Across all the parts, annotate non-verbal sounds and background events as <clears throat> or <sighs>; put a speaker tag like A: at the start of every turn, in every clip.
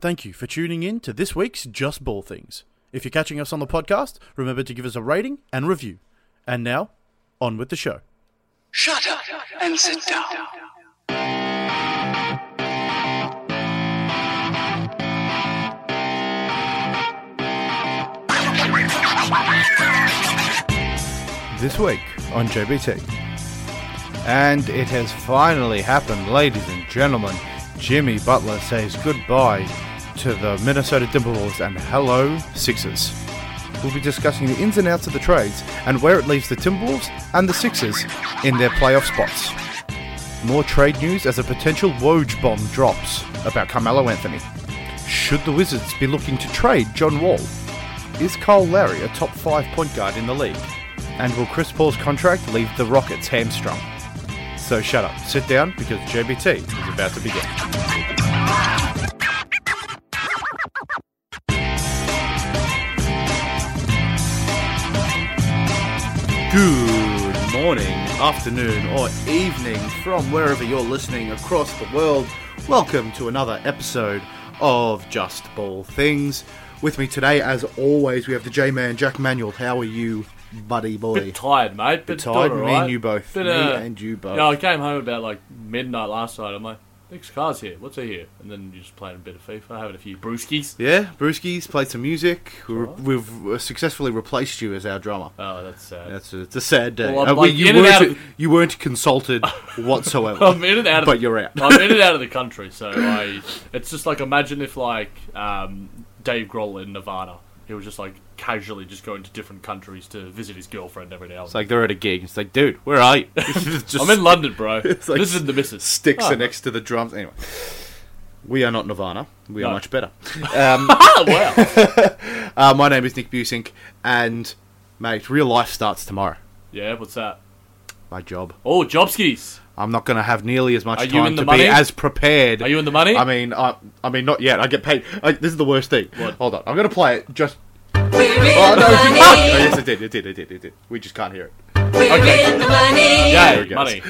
A: Thank you for tuning in to this week's Just Ball Things. If you're catching us on the podcast, remember to give us a rating and review. And now, on with the show.
B: Shut up and sit down.
C: this week on JBT. And it has finally happened, ladies and gentlemen. Jimmy Butler says goodbye to the Minnesota Timberwolves and hello, Sixers. We'll be discussing the ins and outs of the trades and where it leaves the Timberwolves and the Sixers in their playoff spots. More trade news as a potential Woj bomb drops about Carmelo Anthony. Should the Wizards be looking to trade John Wall? Is Kyle Lowry a top five point guard in the league? And will Chris Paul's contract leave the Rockets hamstrung? So shut up, sit down, because JBT is about to begin.
D: Good morning, afternoon, or evening from wherever you're listening across the world. Welcome to another episode of Just Ball Things. With me today, as always, we have the J Man Jack Manuel. How are you, buddy boy?
E: Bit tired, mate. Bit
D: tired,
E: doing
D: me and
E: alright.
D: you both.
E: Bit,
D: Me
E: uh,
D: and you both.
E: Yeah, I came home about like midnight last night. I'm like, Nick's car's here. What's he here? And then you just playing a bit of FIFA, having a few brewskis.
D: Yeah, Brewski's played some music. We re- We've uh, successfully replaced you as our drummer.
E: Oh, that's sad.
D: That's a, it's a sad day. Uh,
E: Well, I'm,
D: we-
E: like,
D: you,
E: in and out
D: weren't,
E: of-
D: you weren't
E: <laughs>
D: consulted whatsoever.
E: I'm in and out. Of,
D: but you're
E: <laughs>
D: out.
E: I'm in and out of the country, so I. It's just like imagine if like um, Dave Grohl in Nirvana, he was just like casually just going to different countries to visit his girlfriend every now and
D: It's
E: then.
D: like they're at a gig. It's like, dude, where are you? <laughs> Just
E: I'm in London, bro.
D: <laughs> It's like
E: this is the missus.
D: sticks
E: Oh.
D: are next to the drums. Anyway, we are not Nirvana. We are
E: No.
D: much better. Um,
E: Oh
D: <laughs>
E: wow.
D: uh, my name is Nick Busink, and mate, real life starts tomorrow.
E: yeah, what's that?
D: My job.
E: Oh, jobskis.
D: I'm not going to have nearly as much
E: Are you
D: time
E: in the
D: to
E: money?
D: be as prepared.
E: Are you in the money?
D: I mean, I, I mean, not yet. I get paid. I, this is the worst thing.
E: What?
D: Hold on, I'm going to play it. Just.
F: We're
D: Oh,
F: in
D: no,
F: the
D: it did not. Oh,
F: money.
D: yes, it did. It did. It did. It did. We just can't hear it.
F: We're in the money.
E: Yeah,
D: There it goes.
E: money.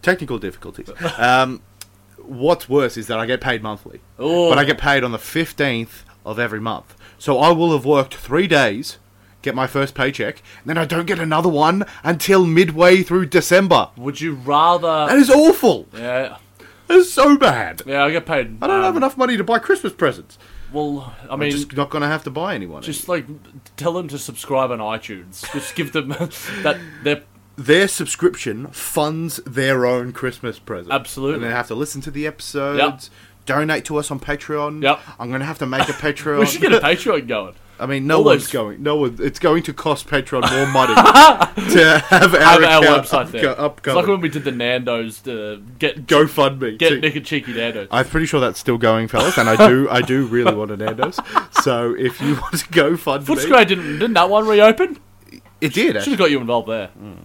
D: Technical
E: <laughs>
D: difficulties. Um, what's worse is that I get paid monthly,
E: Ooh.
D: but I get paid on the fifteenth of every month. So I will have worked three days, get my first paycheck, and then I don't get another one until midway through December.
E: Would you
D: <laughs>
E: rather?
D: That is awful.
E: Yeah,
D: That is so bad.
E: yeah, I get paid.
D: I don't
E: um,
D: have enough money to buy Christmas presents.
E: Well, I
D: I'm
E: mean, just,
D: just not going to have to buy anyone. any.
E: like tell them to subscribe on iTunes. Just give them <laughs> that. They're
D: Their subscription funds their own Christmas present.
E: Absolutely.
D: And they have to listen to the episodes. Donate to us on Patreon.
E: Yep.
D: I'm going to have to make
E: <laughs>
D: a Patreon.
E: we
D: <laughs>
E: should get a Patreon going.
D: I mean, no
E: All
D: one's
E: those-
D: going. No one. It's going to cost Patreon more
E: <laughs>
D: money to have our,
E: Have our
D: account
E: website
D: up,
E: there.
D: Up,
E: it's like when we did the Nando's. Uh, get
D: GoFundMe.
E: get
D: to-
E: Nick and Cheeky Nando's.
D: I'm pretty sure that's still going, fellas, and I do. I do really want a
E: <laughs>
D: Nando's. So if you want to GoFundMe,
E: Footscray didn't didn't that one reopen?
D: It did.
E: Should have
D: Actually.
E: got you involved there.
D: I
E: Um,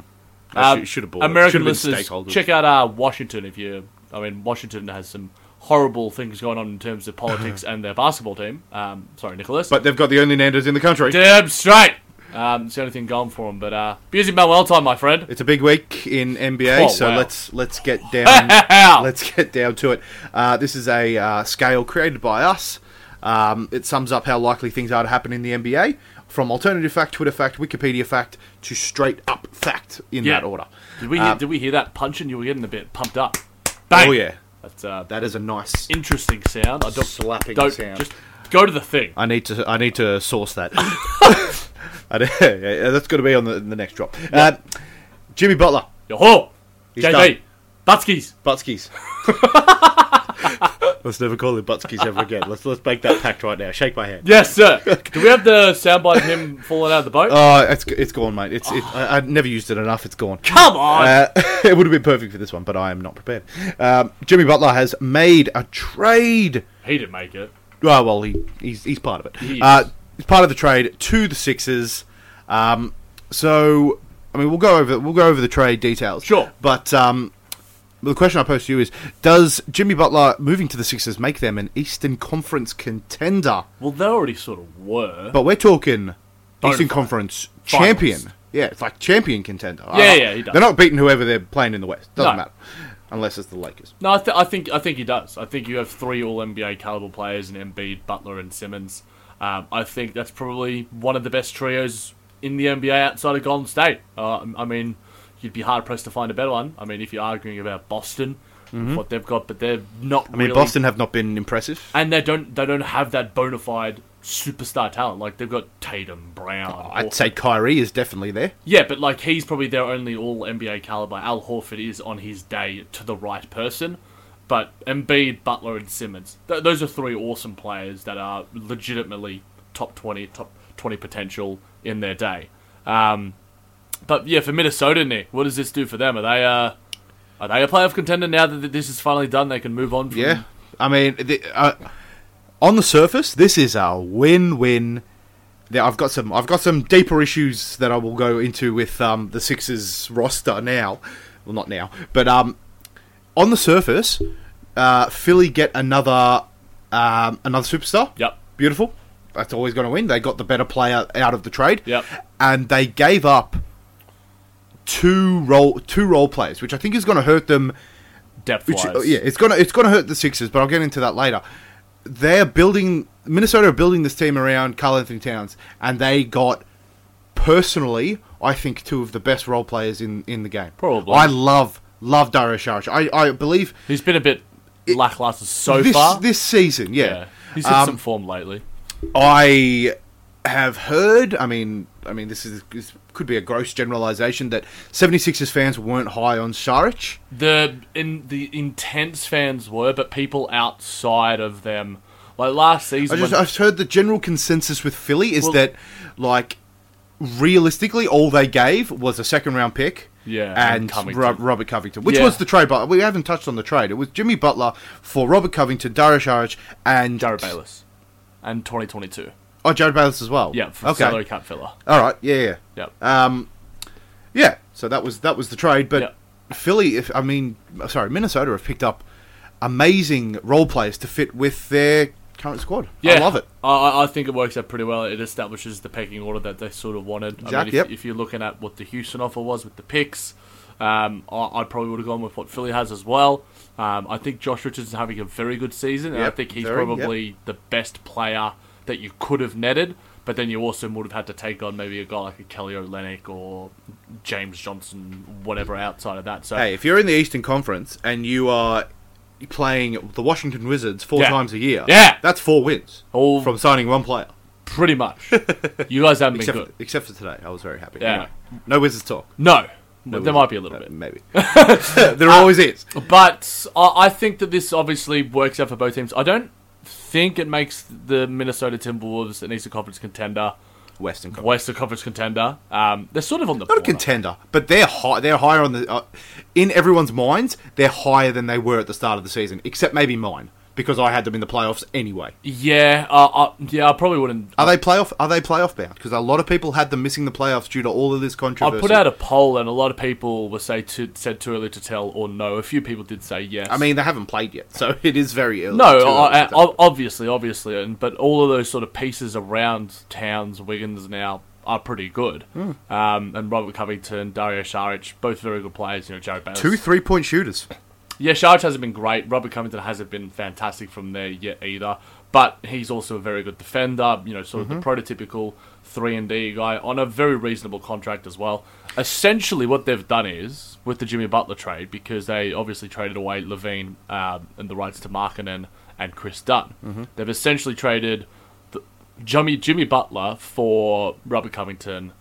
D: Mm. should- should've bought it.
E: American
D: Should've been
E: listeners,
D: stakeholders.
E: check out uh, Washington if you. I mean, Washington has some horrible things going on in terms
D: <laughs>
E: of politics and their basketball team. Um, sorry, Nicholas.
D: But they've got the only Nando's in the country.
E: Damn straight. Um, it's the only thing going for him. But uh, busy Manuel time, my friend.
D: It's <laughs> a big week in NBA,
E: Oh,
D: so
E: wow.
D: let's let's get down.
E: <laughs> Ow.
D: um, let's get down to it. Uh, this is a uh, scale created by us. Um, it sums up how likely things are to happen in the NBA, from alternative fact, Twitter fact, Wikipedia fact, to straight up fact in
E: Yeah.
D: that order.
E: did we hear, did we hear that punching? You were getting a bit pumped up. Bang.
D: Um, Oh yeah,
E: That's uh, that
D: that is a nice.
E: interesting sound. I don't
D: Slapping
E: don't,
D: sound.
E: Just go to the thing.
D: I need to I need to source
E: <laughs>
D: that. <laughs> I don't- <laughs> yeah, yeah, that's going to be on the, the next drop. Uh, Jimmy Butler,
E: Yo ho.
D: He's
E: JD.
D: done.
E: Butskis.
D: Buttskis. let's never call him Buttskis ever again. Let's let's make that pact right now. Shake my hand.
E: Yes,
D: <laughs>
E: sir. Do we have the soundbite of him falling out of the boat?
D: Oh, it's it's gone, mate. It's it, I, I never used it enough. It's gone.
E: Come on.
D: Uh, <laughs> it would have been perfect for this one, but I am not prepared. Um, Jimmy Butler has made a trade.
E: he didn't make it.
D: Well, Oh, well, he he's, he's part of it.
E: He is.
D: Uh, he's part of the trade to the Sixers. Um, so I mean, we'll go over we'll go over the trade details.
E: Sure.
D: But um, the question I pose to you is: Does Jimmy Butler moving to the Sixers make them an Eastern Conference contender?
E: Well, they already sort of were.
D: But we're talking
E: Bonafide.
D: Eastern Conference
E: Finals.
D: champion. Yeah, it's like champion contender.
E: Yeah, yeah, he does.
D: They're not beating whoever they're playing in the West. Doesn't
E: No.
D: matter. unless it's the Lakers.
E: No, I, th- I think I think he does. I think you have three All NBA caliber players in Embiid, Butler, and Simmons. Um, I think that's probably one of the best trios in the NBA outside of Golden State. Uh, I mean, you'd be hard pressed to find a better one. I mean, if you're arguing about Boston, what they've got, but they're not.
D: Mm-hmm. I mean,
E: really,
D: Boston have not been impressive.
E: and they don't they don't have that bona fide superstar talent. Like they've got Tatum, Brown. Hor-
D: I'd say Kyrie is definitely there.
E: yeah, but like he's probably their only all NBA caliber. Al Horford is on his day to the right person. But Embiid, Butler, and Simmons, th- those are three awesome players that are legitimately top 20, top 20 potential in their day. Um, but yeah, for Minnesota, Nick, what does this do for them? Are they uh, are they a playoff contender now that this is finally done? They can move on. From,
D: Yeah, I mean, the, uh, on the surface, this is a win-win. Now, I've got some, I've got some deeper issues that I will go into with um, the Sixers roster now. Well, not now, but um, on the surface, uh, Philly get another um, another superstar.
E: Yep.
D: beautiful. That's always going to win. They got the better player out of the trade.
E: Yep.
D: and they gave up two role two role players, which I think is going to hurt them
E: Depth
D: which,
E: wise,
D: uh, yeah, it's gonna it's gonna hurt the Sixers, but I'll get into that later. They're building Minnesota are building this team around Carl Anthony Towns, and they got personally, I think, two of the best role players in, in the game.
E: Probably.
D: I love love Dario Saric. I, I believe
E: He's been a bit lackluster so
D: this
E: far.
D: this season, yeah.
E: yeah, he's hit
D: Um,
E: some form lately.
D: I have heard. I mean, I mean, this is this could be a gross generalization that 76ers fans weren't high on Saric.
E: The in the intense fans were, but people outside of them, like last
D: I
E: season,
D: just
E: when-
D: I've heard the general consensus with Philly is
E: Well-
D: that like realistically all they gave was a second round pick.
E: Yeah, and
D: and,
E: Covington.
D: Ro- Robert Covington, which
E: Yeah.
D: was the trade. But we haven't touched on the trade. It was Jimmy Butler for Robert Covington, Darius Saric, and
E: Jared Bayless, and twenty twenty two.
D: Oh, Jared Bayless as well.
E: Yeah, for
D: okay.
E: salary cap filler.
D: All right. Yeah. Yeah.
E: Yep.
D: Um, yeah. So that was that was the trade, but
E: Yep.
D: Philly, if I mean, sorry, Minnesota have picked up amazing role players to fit with their current squad. I love it.
E: I- I, I think it works out pretty well. It establishes the pecking order that they sort of wanted. I
D: Exact-
E: mean, if,
D: yep.
E: if you're looking at what the Houston offer was with the picks, um, I, I probably would have gone with what Philly has as well. Um, I think Josh Richardson's having a very good season, and I
D: Yep,
E: think he's
D: very,
E: probably the best player that you could have netted. But then you also would have had to take on maybe a guy like a Kelly Olynyk or James Johnson, whatever outside of that. So
D: Hey, if you're in the Eastern Conference and you are playing the Washington Wizards four
E: Yeah.
D: times a year,
E: Yeah.
D: that's four wins
E: All-
D: from signing one player. <laughs>
E: pretty much, you guys haven't been
D: Except
E: good.
D: for, except for today, I was very happy.
E: Yeah.
D: Anyway, no Wizards talk.
E: No,
D: No
E: there
D: Wizards-
E: might be a little
D: uh,
E: bit.
D: maybe. <laughs> there always is.
E: But I, I think that this obviously works out for both teams. I don't think it makes the Minnesota Timberwolves an Eastern Conference contender,
D: Western Conference.
E: Western Conference contender. Um, they're sort of on the
D: Not a
E: border.
D: contender, but they're high, they're higher on the uh, in everyone's minds. They're higher than they were at the start of the season, except maybe mine because I had them in the playoffs anyway.
E: Yeah, uh, uh, yeah, I probably wouldn't.
D: Are they playoff? Are they playoff bound? Because a lot of people had them missing the playoffs due to all of this
E: I
D: controversy.
E: put out a poll, and a lot of people were say to, said too early to tell or no. A few people did say yes.
D: I mean, they haven't played yet, so <laughs> it is very early.
E: No,
D: too
E: I,
D: early
E: I,
D: to-
E: ob- obviously, obviously, and but all of those sort of pieces around Towns, Wiggins now are pretty good.
D: Hmm.
E: Um, and Robert Covington, Dario Saric, both very good players. You know, Jared Bayless.
D: two three point shooters.
E: Yeah, Sharge hasn't been great. Robert Covington hasn't been fantastic from there yet either. But he's also a very good defender. You know, sort of the prototypical three and D guy on a very reasonable contract as well. Essentially, what they've done is with the Jimmy Butler trade because they obviously traded away Levine um, and the rights to Markkinen and Chris Dunn. They've essentially traded the, Jimmy Jimmy Butler for Robert Covington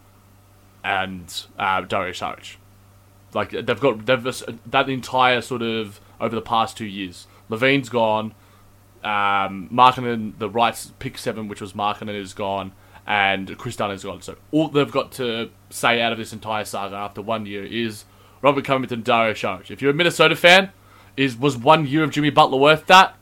E: and uh, Dario Saric. Like they've got they've that entire sort of over the past two years. Levine's gone. Um, Markkinen, the rights pick seven, which was Markkinen, is gone, and Chris Dunn is gone. So all they've got to say out of this entire saga after one year is Robert Covington, Dario Saric. If you're a Minnesota fan, is was one year of Jimmy Butler worth that?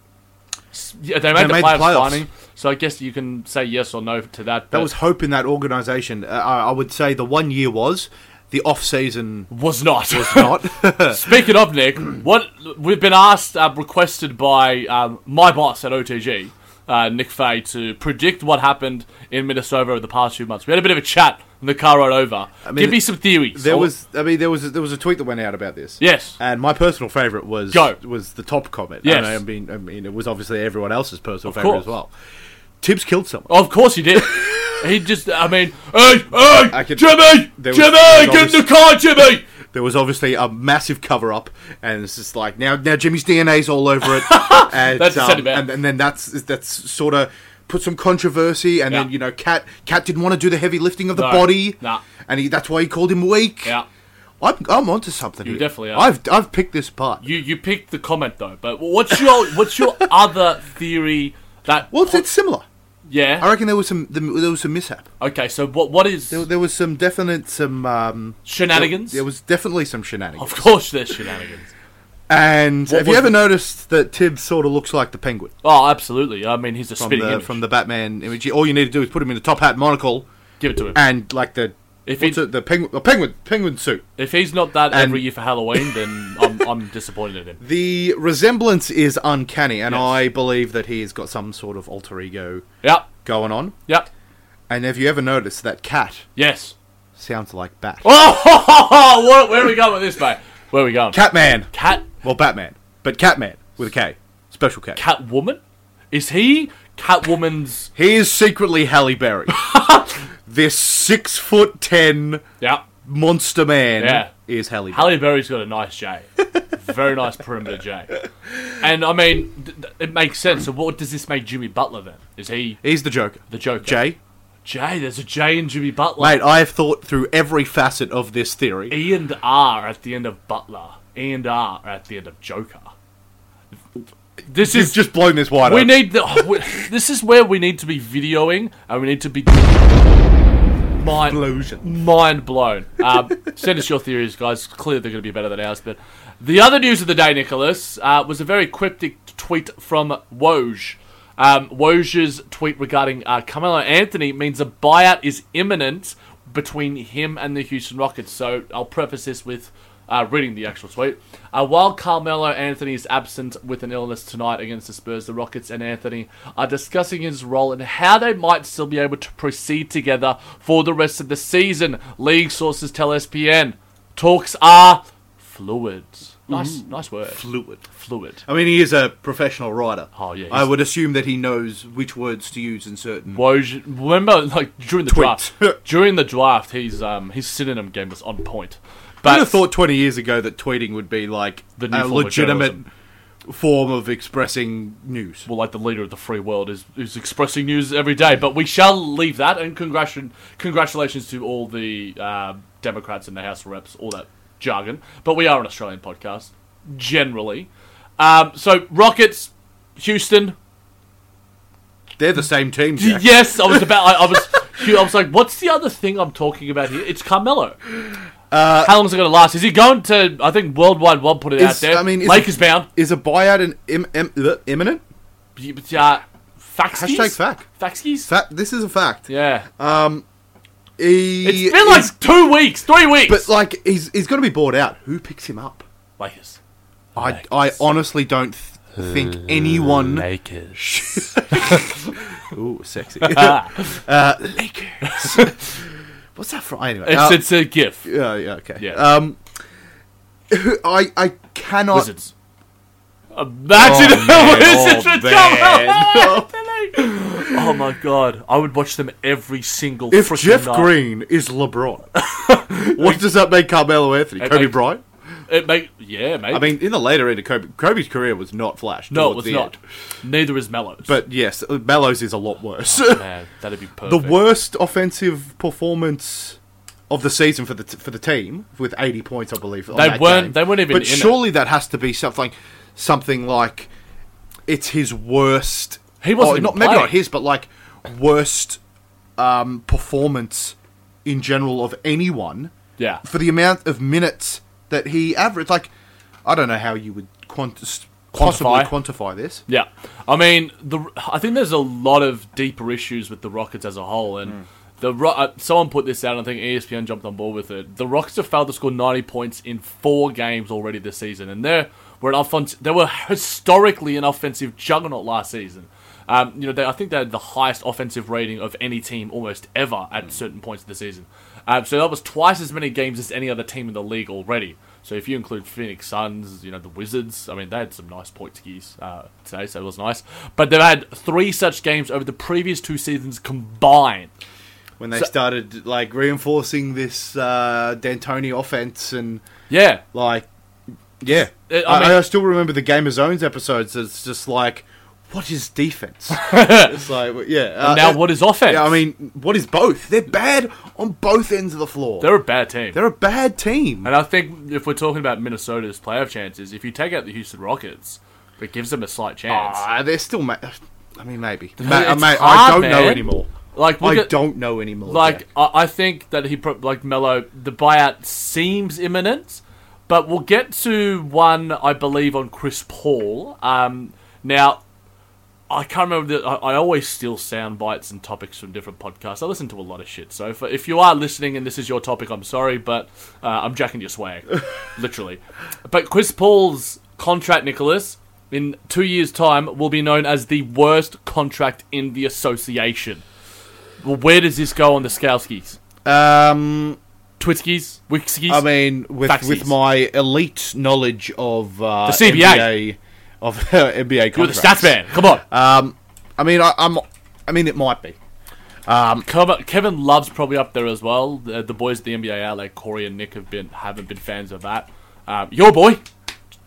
E: S- Yeah, they made, the,
D: made the
E: playoffs
D: playoffs.
E: finally, so I guess you can say yes or no to that.
D: That
E: but
D: was hope in that organization. Uh, I, I would say the one year was the off <laughs> season.
E: was not <laughs> was
G: <laughs>
D: Not
E: Speaking of Nick, what we've been asked, uh, requested by um, my boss at OTG, uh, Nick Faye to predict what happened in Minnesota over the past few months. We had a bit of a chat in the car ride over.
G: mean,
E: Give me some theories. Oh,
G: There was, I mean, there was a, there was a tweet that went out about this.
E: Yes.
G: and my personal favorite was
E: Go.
G: was the top comment.
E: Yes.
G: And I mean, I mean, it was obviously everyone else's personal
E: Of
G: favorite
E: course. Oh.
G: as well. Tibbs killed someone.
E: Of course he
G: <laughs>
E: did. he just, I mean, hey, hey,
G: I could-
E: Jimmy,
G: there was-
E: Jimmy, get in the car, Jimmy.
G: There was obviously a massive cover up, and it's just like now, now Jimmy's DNA's all over it.
E: <laughs>
G: and, um,
E: That's the sentiment.
G: and, and then that's that's sort of put some controversy, and then
E: Yeah.
G: you know, Cat Cat didn't want to do the heavy lifting of the
E: No.
G: body,
E: Nah.
G: and he, that's why he called him weak.
E: Yeah.
G: I'm, I'm onto something.
E: You
G: here.
E: definitely are.
G: I've I've picked this part.
E: You you picked the comment though, but what's your what's
G: <laughs>
E: your other theory that?
G: well, it's, it's similar. I
E: yeah.
G: reckon there was some there was some mishap.
E: Okay, so what what is
G: There, there was some definite some um,
E: shenanigans?
G: There, was definitely some shenanigans.
E: of course, there's shenanigans.
G: And have you
E: was
G: ever
E: the-
G: noticed that Tibbs sort of looks like the Penguin
E: Oh, absolutely. I mean, he's a
G: from
E: spitting
G: the
E: image.
G: from the Batman image? All you need to do is put him in the top hat monocle
E: Give it to him.
G: and like the
E: If
G: what's
E: he-
G: it, the penguin the penguin penguin suit.
E: If he's not that
G: and-
E: every year for Halloween, then I'm I'm disappointed in him.
G: The resemblance is uncanny, and
E: Yes.
G: I believe that he has got some sort of alter ego
E: Yep.
G: going on.
E: Yep.
G: And have you ever noticed that cat
E: Yes. <laughs>
G: sounds like Bat?
E: Oh, where, where are we going with this, mate? Where are we going?
G: Catman.
E: Cat.
G: Well, Batman, but Catman with a K, special K.
E: Catwoman? Is he Catwoman's?
G: He is secretly
E: <laughs>
G: Halle Berry. this six foot ten
E: Yeah.
G: monster man
E: Yeah.
G: is Halle Berry.
E: Halle Berry's got a nice J, very nice perimeter J, and I mean th- th- it makes sense. So what does this make Jimmy Butler then? Is he
G: He's the Joker.
E: the Joker?
G: Jay,
E: J. There's a J in Jimmy Butler.
G: mate, I have thought through every facet of this theory.
E: E and R at the end of Butler. E and R at the end of Joker. This
G: You've
E: is
G: just blown this wide
E: we
G: open.
E: need the. oh, we- this is where we need to be videoing, and we need to be mind
G: Explosion.
E: Mind blown. Um, send us your theories, guys. Clearly, they're going to be better than ours. But the other news of the day, Nicholas, uh, was a very cryptic tweet from Woj. Um, Woj's tweet regarding uh, Carmelo Anthony means a buyout is imminent between him and the Houston Rockets. So I'll preface this with uh, reading the actual tweet. Uh, while Carmelo Anthony is absent with an illness tonight against the Spurs, the Rockets and Anthony are discussing his role and how they might still be able to proceed together for the rest of the season. League sources tell SPN talks are fluid. Nice, nice word.
G: Fluid.
E: fluid.
G: I mean, he is a professional writer.
E: Oh, yeah,
G: I
E: he's-
G: would assume that he knows which words to use in certain.
E: Woj, remember like during the
G: Tweet.
E: draft. during the draft, his um his synonym game was on point.
G: I
E: But
G: would have thought 20 years ago that tweeting would be like
E: The new
G: a
E: form of
G: legitimate form of expressing news.
E: well, like the leader of the free world is, is expressing news every day. But we shall leave that, and congrat- congratulations to all the uh, Democrats in the House of Reps, all that jargon. But we are an Australian podcast, generally. Um, so, Rockets, Houston.
G: They're the same team.
E: <laughs>
G: Jack.
E: Yes, I was about. I, I was. <laughs> I was like, "What's the other thing I'm talking about here?" It's Carmelo. How long is it going to last? Is he going to? I think Worldwide One put it out
G: Uh, Is-
E: there.
G: I mean, is-
E: Lakers bound.
G: Is a buyout an Im- im- uh, imminent?
E: Uh, Faxkies?
G: Hashtag fact.
E: Faxkies?
G: Fact. This is a fact.
E: yeah.
G: He
E: It's been like
G: is-
E: two weeks, three weeks.
G: but like he's he's going to be bought out. Who picks him up?
E: Lakers.
G: I I honestly don't th- think anyone.
E: Lakers.
G: Ooh,
E: <laughs>
G: sexy. Uh,
E: Ah,
G: <laughs> What's that from? Anyway,
E: it's,
G: uh,
E: it's a gif.
G: yeah, yeah, okay.
E: Yeah.
G: Um, who- I I cannot.
E: Wizards. Imagine
G: Oh, man.
E: a <laughs> Wizards
G: Oh,
E: would come out. <laughs> Oh my god, I would watch them every single.
G: If
E: frickin'
G: Jeff
E: night.
G: Green
E: <laughs>
G: is LeBron, what does that make Carmelo Anthony?
E: It
G: Kobe
E: makes-
G: Bryant?
E: it may, yeah, mate.
G: I mean, in the later end of Kobe, Kobe's career was not flash.
E: no, it
G: towards
E: was
G: the
E: not.
G: end.
E: Neither is Mellows.
G: But yes, Mellows is a lot worse.
E: man, that'd be perfect.
G: <laughs> the worst offensive performance of the season for the t- for the team with 80 points, I believe. on
E: They
G: that
E: weren't-
G: game.
E: they weren't even
G: But
E: in it.
G: surely that has to be something, something like it's his worst.
E: He wasn't
G: or
E: even
G: not maybe
E: playing.
G: not his, but like worst um, performance in general of anyone
E: Yeah.
G: for the amount of minutes that he averaged. Like I don't know how you would quant- possibly
E: Quantify.
G: quantify this.
E: Yeah, I mean, the I think there's a lot of deeper issues with the Rockets as a whole, and the Ro- uh, someone put this out. and I think E ESPN jumped on board with it. The Rockets have failed to score 90 points in four games already this season, and they were an offense. They were historically an offensive juggernaut last season. Um, you know, they, I think they had the highest offensive rating of any team almost ever
G: Hmm.
E: at certain points of the season. Um, so that was twice as many games as any other team in the league already. So if you include Phoenix Suns, you know the Wizards. I mean, they had some nice Portuguese uh, today, so it was nice. But they've had three such games over the previous two seasons combined.
G: when they
E: So-
G: started like reinforcing this uh, D'Antoni offense and
E: Yeah,
G: like yeah.
E: Uh, I
G: I,
E: mean-
G: I still remember the Game of Zones episodes. It's just like, what is
E: <laughs>
G: defense? it's like well, yeah. uh,
E: now
G: uh,
E: what is offense?
G: Yeah, I mean, what is both? They're bad on both ends of the floor.
E: they're a bad team.
G: They're a bad team.
E: And I think if we're talking about Minnesota's playoff chances, if you take out the Houston Rockets, it gives them a slight chance.
G: Ah, they're still. Ma- I mean, maybe. Ma-
E: It's
G: mate, I
E: hard,
G: don't know
E: man.
G: anymore.
E: Like, look
G: I
E: at-
G: don't know anymore.
E: Like
G: Jack.
E: I, I think that he pro- like Mello, the buyout seems imminent, but we'll get to one I believe on Chris Paul. Um, now I can't remember. The, I, I always steal sound bites and topics from different podcasts. I listen to a lot of shit. So if, if you are listening and this is your topic, I'm sorry, but uh, I'm jacking your swag, literally. But Chris Paul's contract, Nicholas. In two years' time, will be known as the worst contract in the association. Well, where does this go on the Skowskis?
G: um,
E: Twitskis? Wixkies?
G: I mean, with
E: Faxes.
G: with my elite knowledge of
E: The
G: uh,
E: CBA.
G: NBA, of <laughs> NBA contracts,
E: You're the stats man. Come on.
G: Um, I mean, I, I'm. I mean, it might be.
E: Kevin, Kevin Love's probably up there as well. The, the boys at the NBA out, like Corey and Nick, have been, haven't been fans of that. Um, your boy,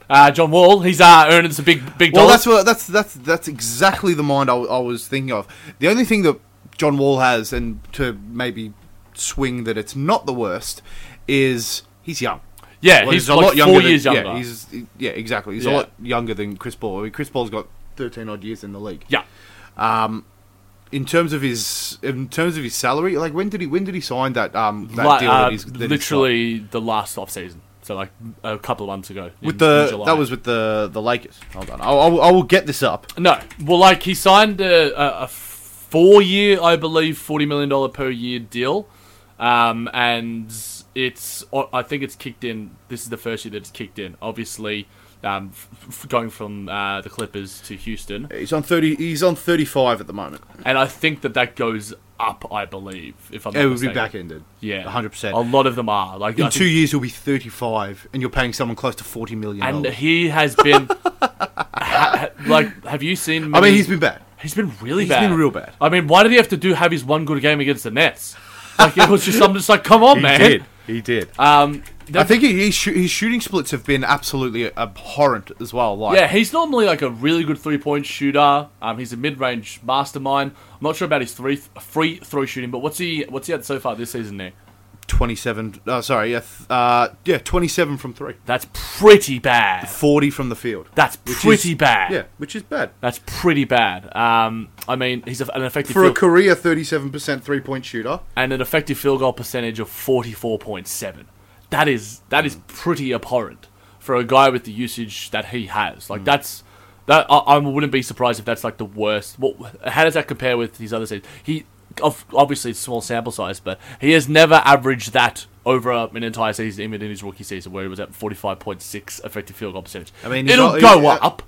E: uh, John Wall, he's uh, earning some big big
G: Well,
E: dollars.
G: that's what that's that's that's exactly the mind I, I was thinking of. The only thing that John Wall has, and to maybe swing that it's not the worst, is he's young.
E: yeah,
G: Well,
E: he's, like four years
G: than,
E: younger.
G: Yeah, he's yeah, exactly. He's a
E: Yeah.
G: lot younger than Chris Paul. I mean, Chris Paul's got thirteen odd years in the league.
E: Yeah.
G: In terms of his in terms of his salary, like when did he when did he sign that um that
E: Like,
G: deal?
E: uh,
G: that he's, that he's got?
E: literally the last off season. So like a couple of months ago. in-
G: with
E: in
G: the
E: July.
G: that was with the the Lakers. Hold on, I, I, will- I will get this up.
E: No, well, like he signed a, a, a four-year, I believe, forty million dollar per year deal, um, and it's I think it's kicked in. This is the first year that it's kicked in. Obviously, um, f- f- going from uh, the Clippers to Houston,
G: He's on thirty. He's on thirty-five at the moment.
E: and I think that that goes up. I believe if I'm
G: It
E: not
G: would be
E: mistaken.
G: back ended.
E: Yeah,
G: hundred percent.
E: A lot of them are like I
G: In
E: think-
G: two years, he'll be thirty-five, and you're paying someone close to forty million.
E: and
G: dollars.
E: he has been. <laughs> ha- like, have you seen?
G: I mean,
E: many-
G: he's been bad.
E: He's been really
G: He's
E: bad.
G: been real bad.
E: I mean, why did he have to do have his one good game against the Nets? Like it was just I'm just like, come on, Oh, man.
G: He did.
E: Um,
G: I think he, he shoo- his shooting splits have been absolutely abhorrent as well. Like,
E: yeah, he's normally like a really good three point shooter. Um, he's a mid range mastermind. I'm not sure about his three free throw shooting, but what's he what's he had so far this season? There,
G: twenty-seven. Uh, sorry, yeah, th- uh, yeah, twenty-seven from three.
E: that's pretty bad.
G: Forty from the field.
E: That's
G: Which
E: pretty
G: is-
E: bad.
G: Yeah, which is bad
E: that's pretty bad. Um, I mean, he's a, an effective
G: for a
E: field,
G: career thirty-seven percent three-point shooter.
E: and an effective field goal percentage of 44.7. That is that is
G: Mm.
E: pretty abhorrent for a guy with the usage that he has.
G: Mm.
E: Like that's that I, I wouldn't be surprised if that's like the worst. What how does that compare with his other seasons? He of- obviously it's small sample size, but he has never averaged that over an entire season, even in his rookie season where he was at 45.6 effective field goal percentage. I
G: mean, he
E: it'll go
G: got- he- uh,
E: up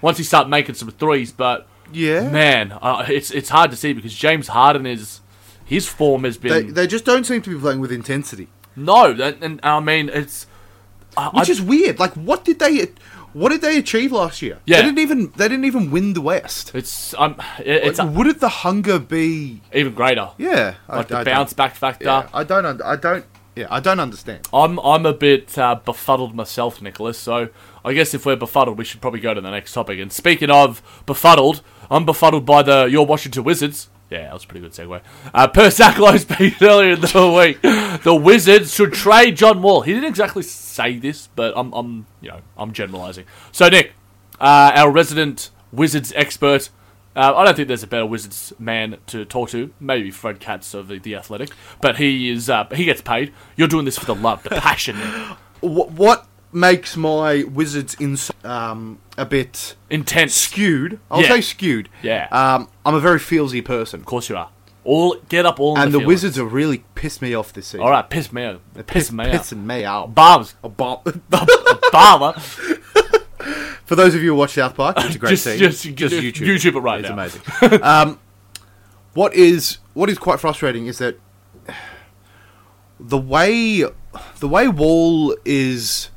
E: once he start making some threes, but
G: Yeah.
E: man, uh, it's it's hard to see because James Harden is his form has been
G: They, they just don't seem to be playing with intensity.
E: no, that, and I mean it's I,
G: which
E: I-
G: is weird. Like, what did they, what did they achieve last year?
E: Yeah.
G: they didn't even they didn't even win the West.
E: it's um it, it's
G: Like,
E: uh,
G: wouldn't the hunger be?
E: even greater.
G: Yeah,
E: like the
G: don't-
E: bounce back factor.
G: Yeah, I don't. un- I don't. Yeah, I don't understand.
E: I'm I'm a bit uh, befuddled myself, Nicholas. So I guess if we're befuddled, we should probably go to the next topic. And speaking of befuddled, I'm befuddled by the your Washington Wizards. Yeah, that was a pretty good segue. Uh, <laughs> per Saclo's piece <laughs> earlier in the week, the Wizards should trade John Wall. He didn't exactly say this, but I'm, I'm you know, I'm generalising. So Nick, uh, our resident Wizards expert. Uh, I don't think there's a better Wizards man to talk to. Maybe Fred Katz of the, the Athletic, but he is. Uh, he gets paid. You're doing this for the love, the passion,
G: <laughs>
E: Nick.
G: What, what makes my Wizards ins- um a bit
E: intense.
G: skewed? I'll
E: Yeah.
G: say skewed.
E: Yeah.
G: Um, I'm a very feelsy person,
E: Of course you are. All get up, all. in
G: and the,
E: feeling.
G: Wizards have really pissed me off this season.
E: All right, piss me out.
G: They're <laughs>
E: Piss me out.
G: pissing me out.
E: Barbs.
G: A bomb.
E: Barber.
G: For those of you who watch South Park, it's a great
E: Just-
G: scene.
E: just- just YouTube it right
G: It's
E: now.
G: amazing. um,
E: <laughs>
G: what is what is quite frustrating is that the way the way Wall is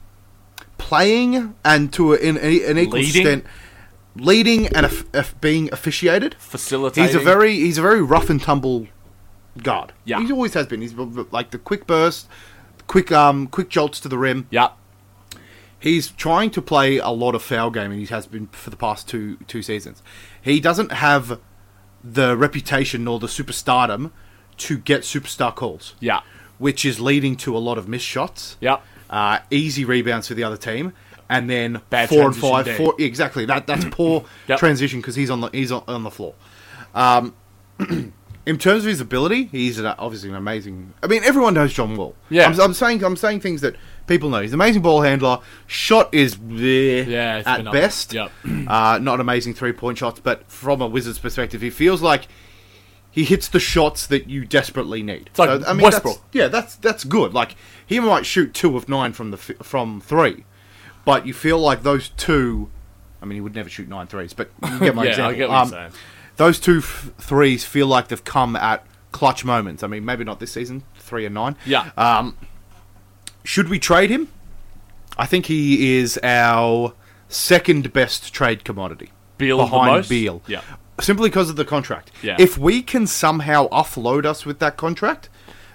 G: playing and to an, an equal
E: Leading?
G: extent leading and aff- aff- being officiated
E: Facilitating.
G: He's a very he's a very rough and tumble guard.
E: Yeah.
G: he always has been. He's b- b- like the quick burst, quick um quick jolts to the rim.
E: yeah.
G: He's trying to play a lot of foul game, and he has been for the past two two seasons. He doesn't have the reputation nor the superstardom to get superstar calls.
E: Yeah.
G: which is leading to a lot of missed shots.
E: Yeah.
G: uh, easy rebounds for the other team, and then
E: Bad
G: four and
E: transition
G: five.
E: day.
G: Four exactly.
E: <clears throat>
G: That that's poor
E: Yep.
G: transition because he's on the he's on, on the floor. Um, in terms of his ability, he's an, obviously an amazing. I mean, everyone knows John Wall.
E: Yeah.
G: I'm, I'm saying I'm saying things that people know. He's an amazing ball handler. Shot is bleh
E: Yeah, it's been
G: at
E: up-
G: best.
E: yep.
G: <clears throat> Uh, not amazing three point shots, but from a Wizards perspective, he feels like he hits the shots that you desperately need.
E: like
G: that's-
E: Westbrook.
G: yeah, that's that's good. Like he might shoot two of nine from the f- from three, but you feel like those two. I mean, he would never shoot nine threes, but you get my
E: <laughs> Yeah, I
G: example. Um,
E: get what you're saying.
G: Those two f- threes feel like they've come at clutch moments. I mean, maybe not this season, three and nine.
E: Yeah.
G: Um, should we trade him? I think he is our second best trade commodity
E: Beal the
G: behind
E: most?
G: Beal.
E: Yeah.
G: Simply because of the contract.
E: Yeah.
G: If we can somehow offload us with that contract,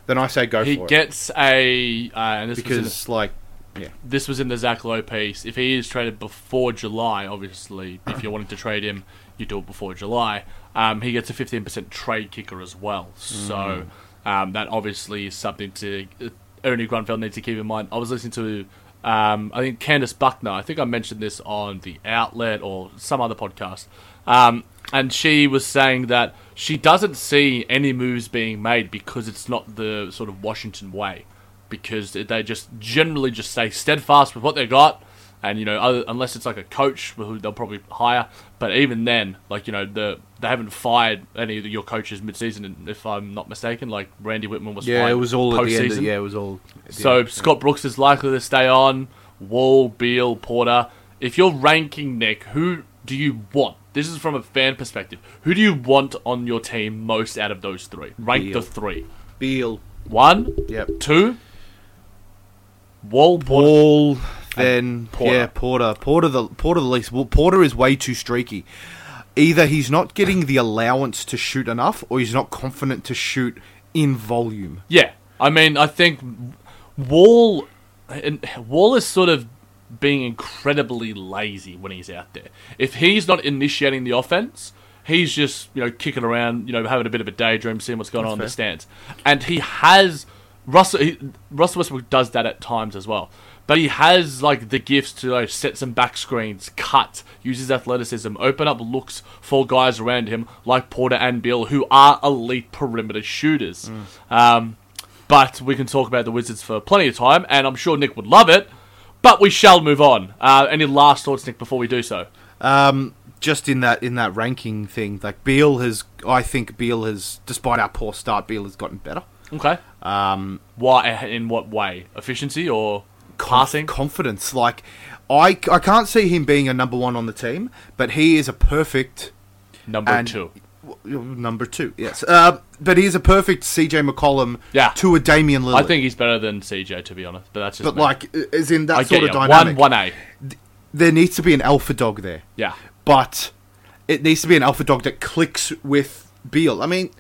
G: then I say go
E: He
G: for it.
E: gets a. Uh, and this was in the-
G: Because like yeah.
E: this was in the Zach Lowe piece. If he is traded before July, obviously, if you're wanting to trade him, you do it before July. Um, he gets a 15% trade kicker as well. So um, that obviously is something to uh, Ernie Grunfeld needs to keep in mind. I was listening to, um, I think, Candace Buckner. I think I mentioned this on the outlet or some other podcast. Um, and she was saying that she doesn't see any moves being made because it's not the sort of Washington way because they just generally just stay steadfast with what they got. And you know, other, unless it's like a coach who they'll probably hire, but even then, like you know, the they haven't fired any of your coaches mid-season, and if I'm not mistaken. Like Randy Whitman was
D: Yeah,
E: fired
D: it was all at the end. Of,
E: postseason.
D: yeah, it was all. at the
E: So
D: end.
E: Scott Brooks is likely to stay on. Wall, Beal, Porter. If you're ranking Nick, who do you want? This is from a fan perspective. Who do you want on your team most out of those three? Rank
G: Beal.
E: the three.
G: Beal.
E: One,
G: Yep.
E: two, Wall, Porter.
G: Wall then
E: Porter.
G: yeah, Porter. Porter the Porter the least. Well, Porter is way too streaky. Either he's not getting the allowance to shoot enough or he's not confident to shoot in volume.
E: Yeah, I mean, I think Wall and Wall is sort of being incredibly lazy when he's out there. If he's not initiating the offense, he's just you know kicking around, you know, having a bit of a daydream, seeing what's going on in the stands. And he has Russell he, Russell Westbrook does that at times as well. But he has like the gifts to like, set some back screens, cut, use his athleticism, open up looks for guys around him like Porter and Bill, who are elite perimeter shooters. Um, but we can talk about the Wizards for plenty of time, and I'm sure Nick would love it. But we shall move on. Uh, any last thoughts, Nick, before we do so?
G: Um, just in that in that ranking thing, like Beal has, I think Beal has, despite our poor start, Beal has gotten better.
E: Okay. Um, Why? In what way? Efficiency or passing?
G: Confidence, like I, I can't see him being a number one on the team, but he is a perfect
E: Number
G: and-
E: two.
G: w- number two. Yes, uh, but he is a perfect CJ McCollum
E: Yeah.
G: to a Damian
E: I
G: Lillard.
E: think he's better than CJ, to be honest. But that's just
G: but
E: me.
G: like as in that
E: I get
G: sort of
E: you.
G: dynamic,
E: One, one A.
G: there needs to be an alpha dog there.
E: Yeah.
G: but it needs to be an alpha dog that clicks with Beal. I mean,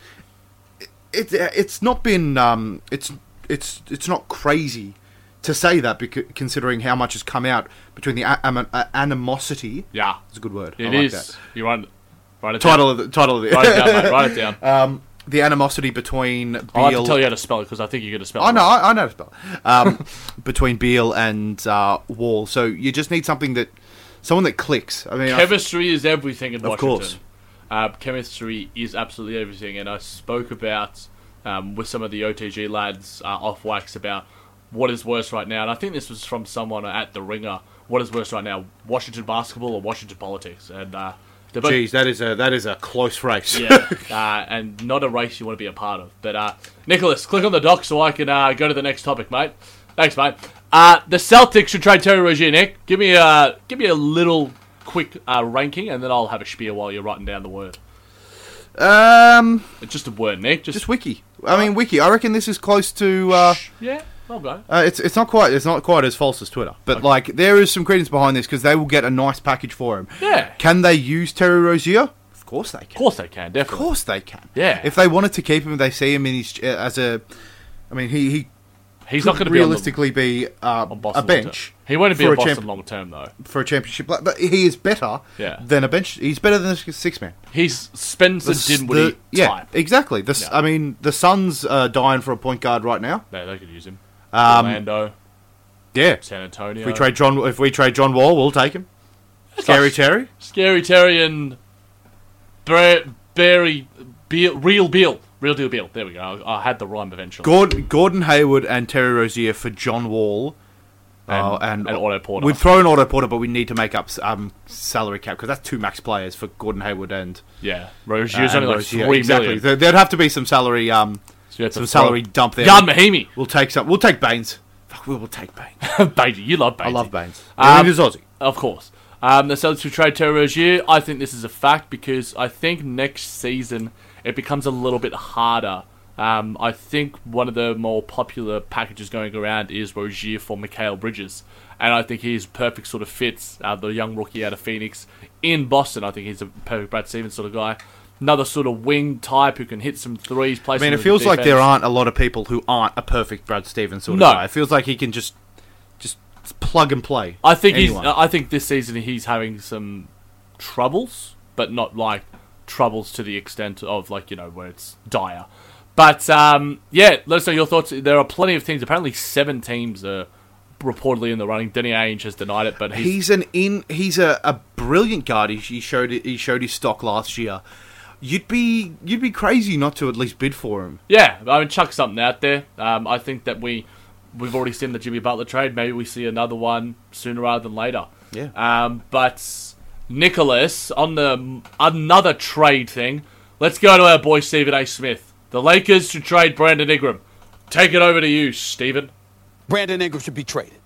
G: it, it it's not been um, it's it's it's not crazy to say that because considering how much has come out between the a- am- a- animosity.
E: Yeah.
G: it's a good word. I
E: It
G: like
E: is.
G: that.
E: You're right. Write it
G: title of the title of the
E: down. Write it down, mate. Write it down.
G: <laughs> um, the animosity between Beal.
E: I'll have to tell you how to spell it because I think you're going to spell
G: I
E: it.
G: know,
E: wrong.
G: I, I know the spell. Um, <laughs> between Beal and uh, Wall, so you just need something that, someone that clicks. I mean, I-
E: Chemistry is everything in
G: Of
E: Washington.
G: course.
E: Uh, chemistry is absolutely everything, and I spoke about um, with some of the OTG lads uh, off wax about what is worse right now, and I think this was from someone at the Ringer. What is worse right now, Washington basketball or Washington politics? And uh, they're both
G: Jeez, that is a that is a close race.
E: yeah, <laughs> uh, and not a race you want to be a part of. But uh, Nicholas, click on the dock so I can uh, go to the next topic, mate. Thanks, mate. Uh, the Celtics should trade Terry Rozier. Nick, give me a give me a little quick uh, ranking, and then I'll have a spear while you're writing down the word.
G: Um,
E: It's just a word, Nick. Just,
G: just wiki.
E: Uh,
G: I mean, wiki. I reckon this is close to. Uh,
E: yeah. I'll go.
G: uh, it's it's not quite it's not quite as false as Twitter, but like there is some credence behind this because they will get a nice package for him.
E: Yeah.
G: Can they use Terry Rozier? Of course they can.
E: Of course they can.
G: Of
E: Definitely.
G: course they can.
E: Yeah.
G: If they wanted to keep him, they see him in his uh, as a. I mean, he he
E: He's
G: could
E: not going to be on the-
G: realistically be, uh,
E: on
G: a
E: Boston long
G: bench.
E: term. He won't be
G: for
E: a Boston
G: champ-
E: long term though.
G: for a championship, but but he is better
E: Yeah.
G: than a bench. He's better than a six man.
E: He's Spencer Dinwiddie
G: yeah,
E: type.
G: exactly. This
E: Yeah.
G: I mean, the Suns are dying for a point guard right now.
E: Yeah, they could use him.
G: Um,
E: Orlando,
G: Yeah.
E: San Antonio.
G: If we trade John, if we trade John Wall, we'll take him.
E: It's
G: Scary
E: like
G: Terry.
E: Scary Terry and Bre- Barry Beal, Real Beal, Real Deal Beal. There we go. I, I had the rhyme eventually.
G: Gordon, Gordon Hayward and Terry Rozier for John Wall. uh, and,
E: and Otto Porter.
G: We'd throw in Auto Porter, but we need to make up um, salary cap because that's two max players for Gordon Hayward and
E: Yeah, Rozier's
G: and
E: only like
G: Rozier.
E: three
G: exactly.
E: million.
G: There- There'd have to be some salary, um,
E: So you have to
G: some
E: throw-
G: salary dump there.
E: Jan Mahimi, <laughs>
G: We'll take some. We'll take Baines. Fuck, we will take Baines.
E: Bailey, you love Bailey.
G: I love Baines.
E: Um,
G: and he's Aussie.
E: Of course. Um, the Celtics who trade Terry Rozier, I think this is a fact because I think next season it becomes a little bit harder. Um, I think one of the more popular packages going around is Rozier for Mikhail Bridges. And I think he's perfect sort of fits, uh, the young rookie out of Phoenix in Boston. I think he's a perfect Brad Stevens sort of guy. Another sort of wing type who can hit some threes, play
G: I mean, it feels like there aren't a lot of people who aren't a perfect Brad Stevens sort
E: No.
G: of guy. It feels like he can just just plug and play.
E: I think
G: Anyone.
E: he's. uh, I think this season he's having some troubles, but not like troubles to the extent of like you know where it's dire. But um, yeah, let us know your thoughts. There are plenty of teams. Apparently, seven teams are reportedly in the running. Denny Ainge has denied it, but he's,
G: He's an in. He's a, a brilliant guard. He, he showed he showed his stock last year. You'd be you'd be crazy not to at least bid for him.
E: yeah. I mean, chuck something out there. Um, I think that we we've already seen the Jimmy Butler trade. Maybe we see another one sooner rather than later.
G: Yeah.
E: Um, but Nicholas on the another trade thing. Let's go to our boy Stephen A. Smith. The Lakers should trade Brandon Ingram. Take it over to you, Stephen.
H: Brandon Ingram should be traded.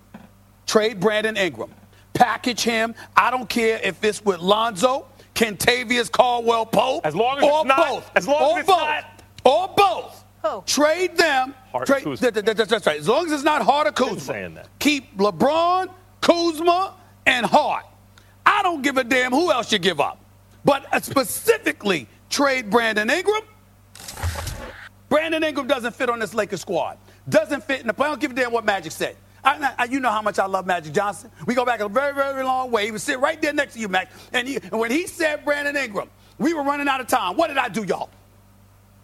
H: Trade Brandon Ingram. Package him. I don't care if it's with Lonzo, Kentavious Caldwell Pope,
I: As long as it's
H: or
I: not-
H: both,
I: as long as
H: or
I: it's
H: both,
I: not-
H: or both.
J: Who?
H: Trade them.
I: Hart
H: Trade-
I: Kuzma.
H: that- that- that- that's right. As long as it's not Hart or Kuzma.
I: saying that.
H: Keep LeBron, Kuzma, and Hart. I don't give a damn who else you give up, but uh, specifically trade Brandon Ingram. Brandon Ingram doesn't fit on this Lakers squad. Doesn't fit in the play. I don't give a damn what Magic said. I, I- you know how much I love Magic Johnson. We go back a very, very long way. He would sit right there next to you, Mac. And, he, and when he said Brandon Ingram, we were running out of time. What did I do, y'all?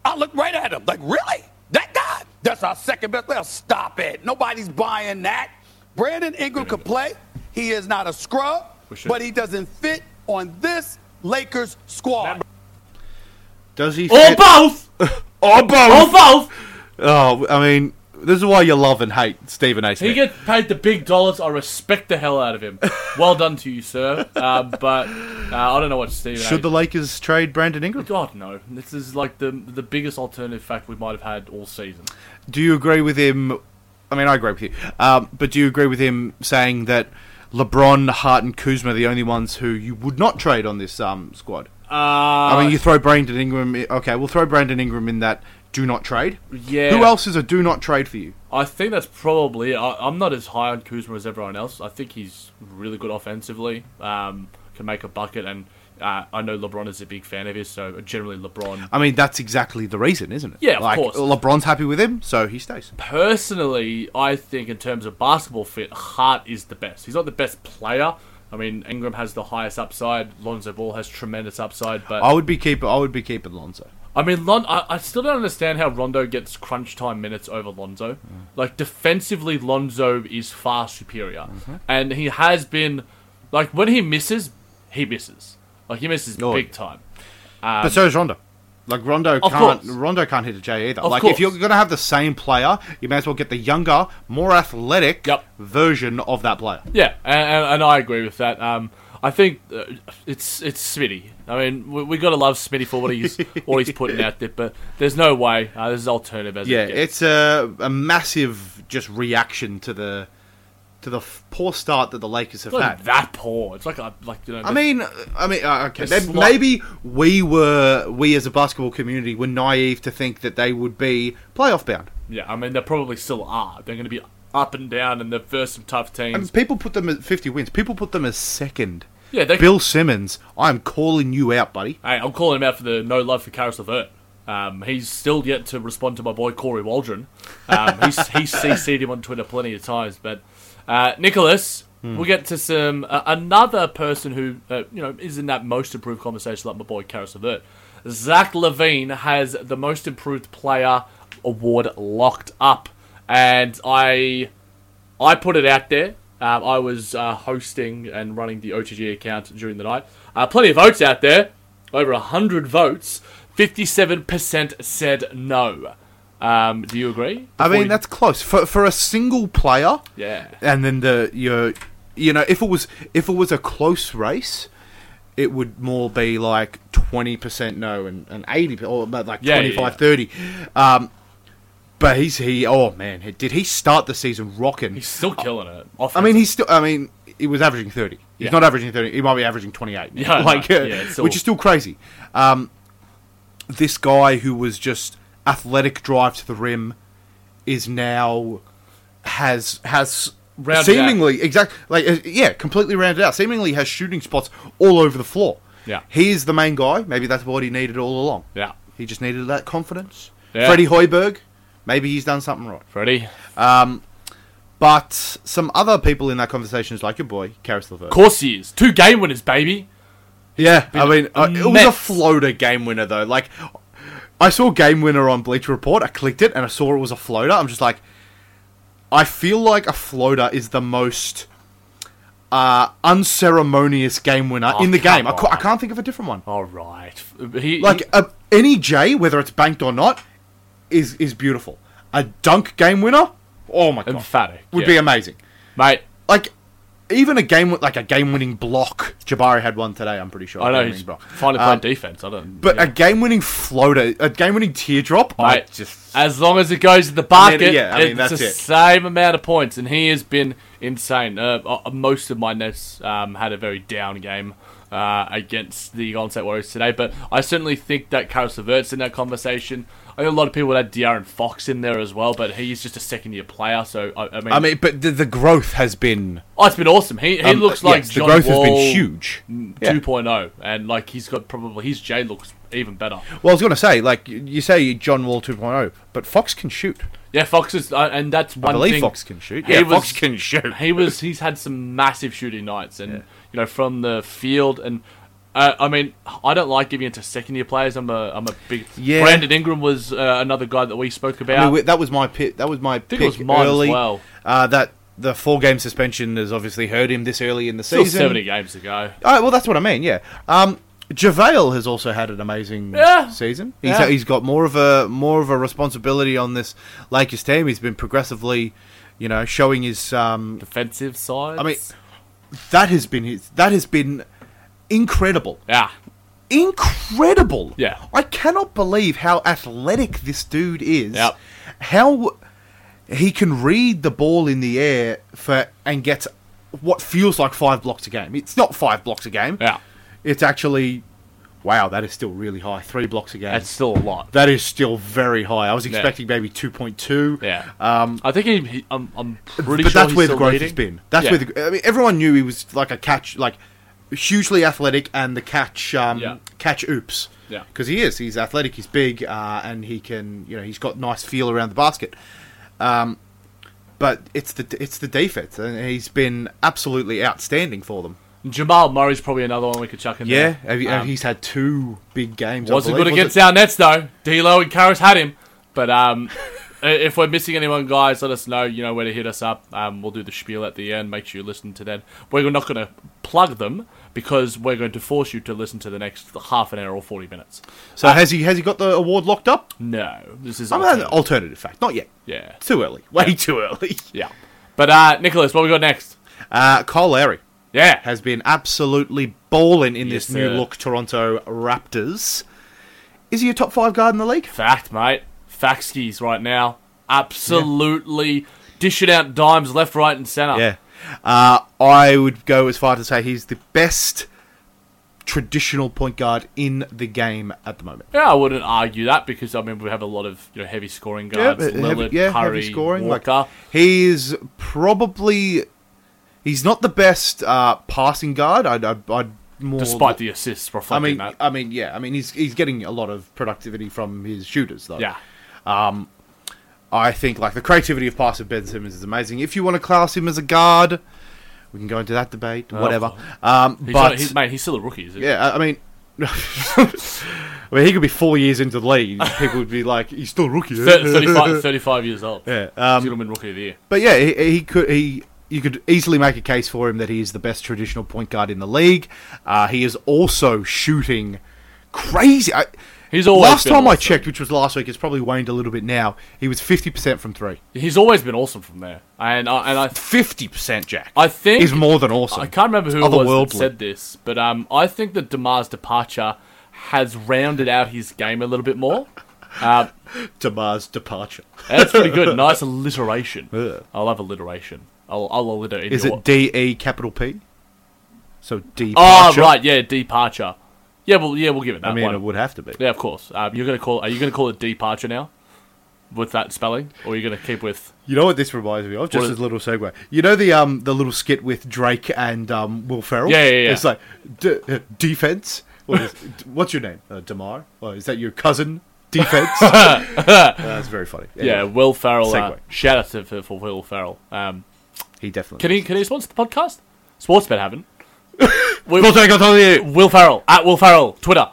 H: I looked right at him, like, really? That guy? That's our second best player. Stop it. Nobody's buying that. Brandon Ingram could play. He is not a scrub,
E: should-
H: but he doesn't fit on this Lakers squad.
G: Does he?
E: Or
G: fit-
E: both.
G: Or both.
E: Or
G: <laughs>
E: both.
G: Oh, I mean, this is why you love and hate Stephen A.
E: He
G: Smith.
E: gets paid the big dollars. I respect the hell out of
G: <laughs>
E: him. Well done to you, sir. Uh, but uh, I don't know what Stephen.
G: Should
E: A-
G: the Lakers trade Brandon Ingram?
E: God no! This is like the the biggest alternative fact we might have had all season.
G: Do you agree with him? I mean, I agree with you. Um, but do you agree with him saying that LeBron, Hart, and Kuzma are the only ones who you would not trade on this um, squad?
E: Uh,
G: I mean, you throw Brandon Ingram. i- Okay, we'll throw Brandon Ingram in that do not trade.
E: Yeah.
G: Who else is a do not trade for you?
E: I think that's probably. I, I'm not as high on Kuzma as everyone else. I think he's really good offensively. Um, can make a bucket, and uh, I know LeBron is a big fan of his. So generally, LeBron.
G: I mean, that's exactly the reason, isn't it?
E: Yeah, of
G: like,
E: course.
G: LeBron's happy with him, so he stays.
E: Personally, I think in terms of basketball fit, Hart is the best. He's not the best player. I mean, Ingram has the highest upside. Lonzo Ball has tremendous upside, but
G: I would be keep. I would be keeping Lonzo.
E: I mean, Lon- I, I still don't understand how Rondo gets crunch time minutes over Lonzo.
G: Mm.
E: Like, defensively, Lonzo is far superior.
G: Mm-hmm.
E: And he has been, like, when he misses, he misses. Like, he misses
G: Oh,
E: big
G: yeah.
E: time.
G: but so is Rondo. Like Rondo
E: Of
G: can't.
E: course.
G: Rondo can't hit a J either.
E: Of
G: like
E: course.
G: if you're going to have the same player, you may as well get the younger, more athletic
E: Yep.
G: version of that
E: <laughs>
G: player.
E: Yeah, and, and, and I agree with that. Um, I think uh, it's it's Smitty. I mean, we, we got to love Smitty for what
G: <laughs>
E: he's what he's putting out there, but there's no way uh, this is alternative as it
G: Yeah,
E: gets.
G: it's a, a massive just reaction to the to the f- poor start that the Lakers have
E: It's not
G: had.
E: that poor. It's like a, like you know.
G: I mean, I mean, uh, okay.
E: They're
G: then
E: slight-
G: maybe we were, we as a basketball community, were naive to think that they would be playoff bound.
E: yeah. I mean, they probably still are. They're going to be up and down, and they've versed some tough teams.
G: And people put them at fifty wins. People put them as second.
E: Yeah, they-
G: Bill Simmons, I'm calling you out, buddy.
E: Hey, I'm calling him out for the no love for Karis LeVert. Um, he's still yet to respond to my boy Corey Waldron. Um, he's, <laughs> he's CC'd him on Twitter plenty of times. But uh, Nicholas, we'll get to some uh, another person who uh, you know is in that most improved conversation, like my boy Karis LeVert. Zach Levine has the most improved player award locked up, and I I put it out there. Um, I was uh, hosting and running the OTG account during the night. Uh, plenty of votes out there, over 100 votes. 57% said no. Um, do you agree?
G: I
E: Before
G: mean,
E: you-
G: that's close for for a single player.
E: Yeah.
G: And then the your, you know, if it was if it was a close race, it would more be like twenty percent no and, and eighty or about like
E: Yeah, yeah,
G: twenty five thirty. 25, 30. Um, but he's he. Oh man, he- did he start the season rocking?
E: He's still killing it.
G: I mean, he's still. I mean, he was averaging thirty. He's
E: Yeah.
G: not averaging thirty. He might be averaging twenty-eight. now.
E: Yeah,
G: like
E: no,
G: uh,
E: yeah, it's still-
G: which is still crazy. Um, this guy who was just athletic drive to the rim is now has has
E: Rounded
G: seemingly exact like uh, yeah completely rounded out. Seemingly has shooting spots all over the floor.
E: Yeah.
G: he is the main guy. Maybe that's what he needed all along.
E: Yeah.
G: he just needed that confidence.
E: Yeah.
G: Freddie Hoiberg, maybe he's done something right.
E: Freddie.
G: But some other people in that conversation is like your boy, Karis LeVert.
E: Of course he is. Two game winners, baby.
G: Yeah, I mean, uh, it was a
E: immense.
G: floater game winner, though. Like, I saw game winner on Bleacher Report. I clicked it and I saw it was a floater. I'm just like, I feel like a floater is the most uh, unceremonious game winner
E: Oh,
G: in the
E: come
G: game. I, ca- I
E: on.
G: can't think of a different one.
E: All right. He,
G: Like, a, any J, whether it's banked or not, is, is beautiful. A dunk game winner, oh my God.
E: emphatic.
G: Would
E: yeah.
G: be amazing.
E: Mate,
G: like even a game like a game winning block. Jabari had one today. I'm pretty sure.
E: I know
G: Game-winning
E: he's
G: block.
E: finally playing
G: Um,
E: defense. I don't.
G: But
E: yeah.
G: a game winning floater, a game winning teardrop. I
E: Mate,
G: just
E: as long as it goes to the basket,
G: yeah, I mean,
E: it's
G: that's
E: the
G: it.
E: same amount of points, and he has been insane. Uh, uh, most of my nets um, had a very down game uh, against the Golden State Warriors today, but I certainly think that Karis LeVert's in that conversation. I know a lot of people had De'Aaron Fox in there as well, but he's just a second-year player, so I, I mean,
G: I mean, but the, the growth has been.
E: oh, it's been awesome. He, he
G: um,
E: looks like
G: yes,
E: John
G: the growth has
E: Wall
G: been huge.
E: 2.0, oh, and like he's got probably his J looks even better.
G: Well, I was going to say, like you- you say, John Wall 2.0, but Fox can shoot.
E: Yeah, Fox is, uh, and that's one
G: I believe
E: thing.
G: Fox can shoot.
E: He
G: Yeah,
E: was-
G: Fox can shoot.
E: he was he's had some massive shooting nights and you know from the field and uh, I mean I don't like giving it to second year players I'm a I'm a big
G: Yeah.
E: Brandon Ingram was uh, another guy that we spoke about
G: I mean, we- that was my pick. That was my
E: think
G: pick
E: it was mine as
G: early.
E: well.
G: Uh, that the four game suspension has obviously hurt him this early in the
E: still
G: season.
E: 70 games ago
G: Oh, well, that's what I mean. Yeah. Um, Javale has also had an amazing
E: Yeah.
G: season. He's,
E: Yeah.
G: he's got more of a more of a responsibility on this Lakers team. He's been progressively, you know, showing his. Um,
E: defensive side
G: I mean, that has been his. That has been incredible.
E: yeah
G: Incredible.
E: Yeah.
G: I cannot believe how athletic this dude is.
E: Yep.
G: How he can read the ball in the air for and gets what feels like five blocks a game. It's not five blocks a game.
E: yeah
G: It's actually, wow, that is still really high. Three blocks a game.
E: that's still a lot
G: that is still very high. I was expecting maybe two point two.
E: yeah
G: Um,
E: I think he, he I'm, I'm pretty
G: but
E: sure
G: that's
E: he's
G: where the
E: still
G: growth
E: leading.
G: has been. That's
E: Yeah.
G: where the, I mean, everyone knew he was like a catch, like hugely athletic, and the catch, um,
E: Yeah.
G: catch oops.
E: Yeah.
G: because he is. He's athletic. He's big, uh, and he can. You know, he's got nice feel around the basket. Um, but it's the it's the defense, and he's been absolutely outstanding for them.
E: Jamal Murray's probably another one we could chuck in
G: Yeah,
E: there
G: have you-
E: Um,
G: he's had two big games. I
E: Wasn't
G: believe.
E: good
G: Was
E: against
G: it-
E: our Nets though. D'Lo and Karras had him, but um, <laughs> i- if we're missing anyone, guys, let us know. You know where to hit us up. Um, we'll do the spiel at the end. Make sure you listen to that. We're not going to plug them because we're going to force you to listen to the next half an hour or forty minutes.
G: So has he has he got the award locked up?
E: No, this is
G: I'm an alternative fact. Not yet.
E: yeah,
G: Too early. Way too early. <laughs>
E: yeah. But uh, Nicholas, what we got next?
G: Uh, Kyle Lowry
E: Yeah,
G: has been absolutely balling in
E: Yes,
G: this new
E: sir.
G: look Toronto Raptors. Is he a top five guard in the league?
E: fact, mate. Faxkis right now, absolutely dishing out dimes left, right, and center.
G: Yeah. Uh, I would go as far to say he's the best traditional point guard in the game at the moment.
E: Yeah, I wouldn't argue that because I mean we have a lot of you know heavy scoring guards,
G: but
E: Lillard, Curry,
G: like,
E: Walker.
G: he is probably he's not the best uh, passing guard. I'd, I'd, I'd more
E: despite the assists
G: I
E: reflecting
G: mean,
E: that.
G: I mean, yeah. I mean, he's he's getting a lot of productivity from his shooters, though.
E: yeah,
G: I think like the creativity of pass of Ben Simmons is amazing. If you want to class him as a guard, we can go into that debate. whatever. Um,
E: Oh, he's
G: but
E: not- he's, mate, he's still a rookie. Is it?
G: yeah, I, I mean, <laughs> I mean, he could be four years into the league. and People would be like, he's still a rookie. eh?" <laughs>
E: 35, 35 years old.
G: Yeah, um,
E: he's gonna win rookie of the year.
G: But yeah, he, he could he you could easily make a case for him that he is the best traditional point guard in the league. Uh, he is also shooting crazy. I,
E: He's always
G: last
E: been
G: time I
E: awesome.
G: checked, which was last week, it's probably waned a little bit now. He was fifty percent from three.
E: He's always been awesome from there, and I, and I
G: Fifty percent, Jack.
E: I think
G: is more than awesome.
E: I can't remember who it was
G: Otherworldly.
E: that said this, but um, I think that Demar's departure has rounded out his game a little bit
G: <laughs>
E: more. Uh,
G: Demar's departure.
E: that's pretty good. Nice alliteration. I love alliteration. I'll, I'll alliterate.
G: Is
E: your-
G: it D E capital P? So D.
E: Oh right, yeah, departure. Yeah, well, yeah, we'll give it that
G: I mean,
E: one.
G: it would have to be.
E: Yeah, of course. Um, you're gonna call. Are you gonna call it departure now? With that spelling, or are you gonna keep with?
G: You know what this reminds me of? Just
E: is-
G: as a little segue. You know the um the little skit with Drake and um Will Ferrell.
E: Yeah, yeah, yeah.
G: It's like d- uh, defense. What is, <laughs> d- what's your name? Uh, Demar. Oh, is that your cousin?
E: <laughs>
G: Defense. Uh, That's very funny.
E: Yeah,
G: Anyway,
E: Will Ferrell. Uh,
G: Segue.
E: shout out to for, for Will Ferrell. Um,
G: he definitely.
E: can he can he sponsor the podcast? Sportsbet haven't. We-
G: We'll take it on you
E: Will Farrell at Will Farrell Twitter.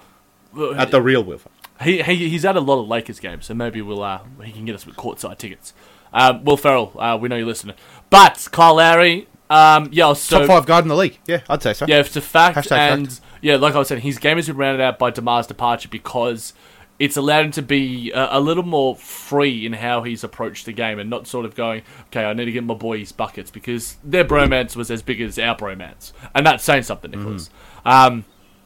G: at the real Will. Ferrell.
E: He, he he's at a lot of Lakers games, so maybe we'll uh, he can get us with courtside tickets. Um, Will Farrell, uh, we know you're listening, but Kyle Lowry, um, yeah, so
G: Top five guard in the league. Yeah, I'd say so.
E: yeah, it's a fact,
G: Hashtag
E: and yeah, like I was saying, his game has been rounded out by Demar's departure because it's allowed him to be uh, a, a little more free in how he's approached the game and not sort of going, okay, I need to get my boys buckets because their bromance was as big as our bromance, and that's saying something,
G: Mm-hmm.
E: Nicholas. Um,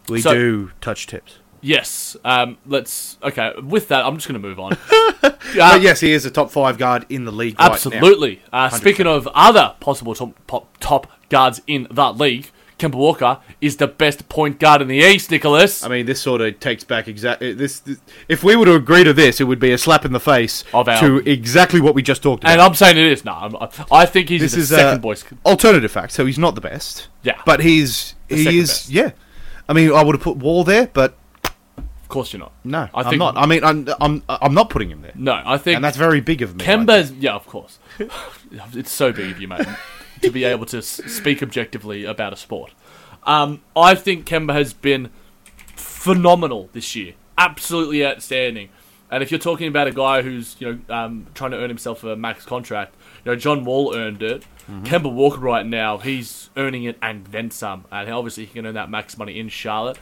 G: we
E: so-
G: do touch tips.
E: Yes. Um, let's. Okay. With that, I'm just going to move
G: <laughs>
E: on. Uh,
G: But yes, he is a top five guard in the league. right now.
E: Absolutely. uh, speaking of other possible top, top, top guards in that league, Kemba Walker is the best point guard in the East, Nicholas.
G: I mean, this sort of takes back exactly this, this. If we were to agree to this, it would be a slap in the face
E: Of our-
G: to exactly what we just talked about.
E: and I'm saying it is. No, I'm, I think he's
G: this
E: the
G: is uh,
E: second
G: a
E: voice.
G: alternative fact. So he's not the best.
E: Yeah.
G: but he's he
E: second
G: is.
E: best.
G: Yeah, I mean, I would have put Wall there, but
E: Of course you're not.
G: no,
E: I
G: I
E: think,
G: am not. I mean, I'm, I'm I'm not putting him there,
E: no, I think
G: and that's very big of me. I think.
E: Kemba's. Yeah, of course. <laughs> it's so big of you, mate, to be able to s- speak objectively about a sport. Um, I think Kemba has been phenomenal this year, absolutely outstanding. And if you're talking about a guy who's you know um, trying to earn himself a max contract, you know John Wall earned it.
G: Mm-hmm.
E: Kemba Walker right now he's earning it and then some, and obviously he can earn that max money in Charlotte.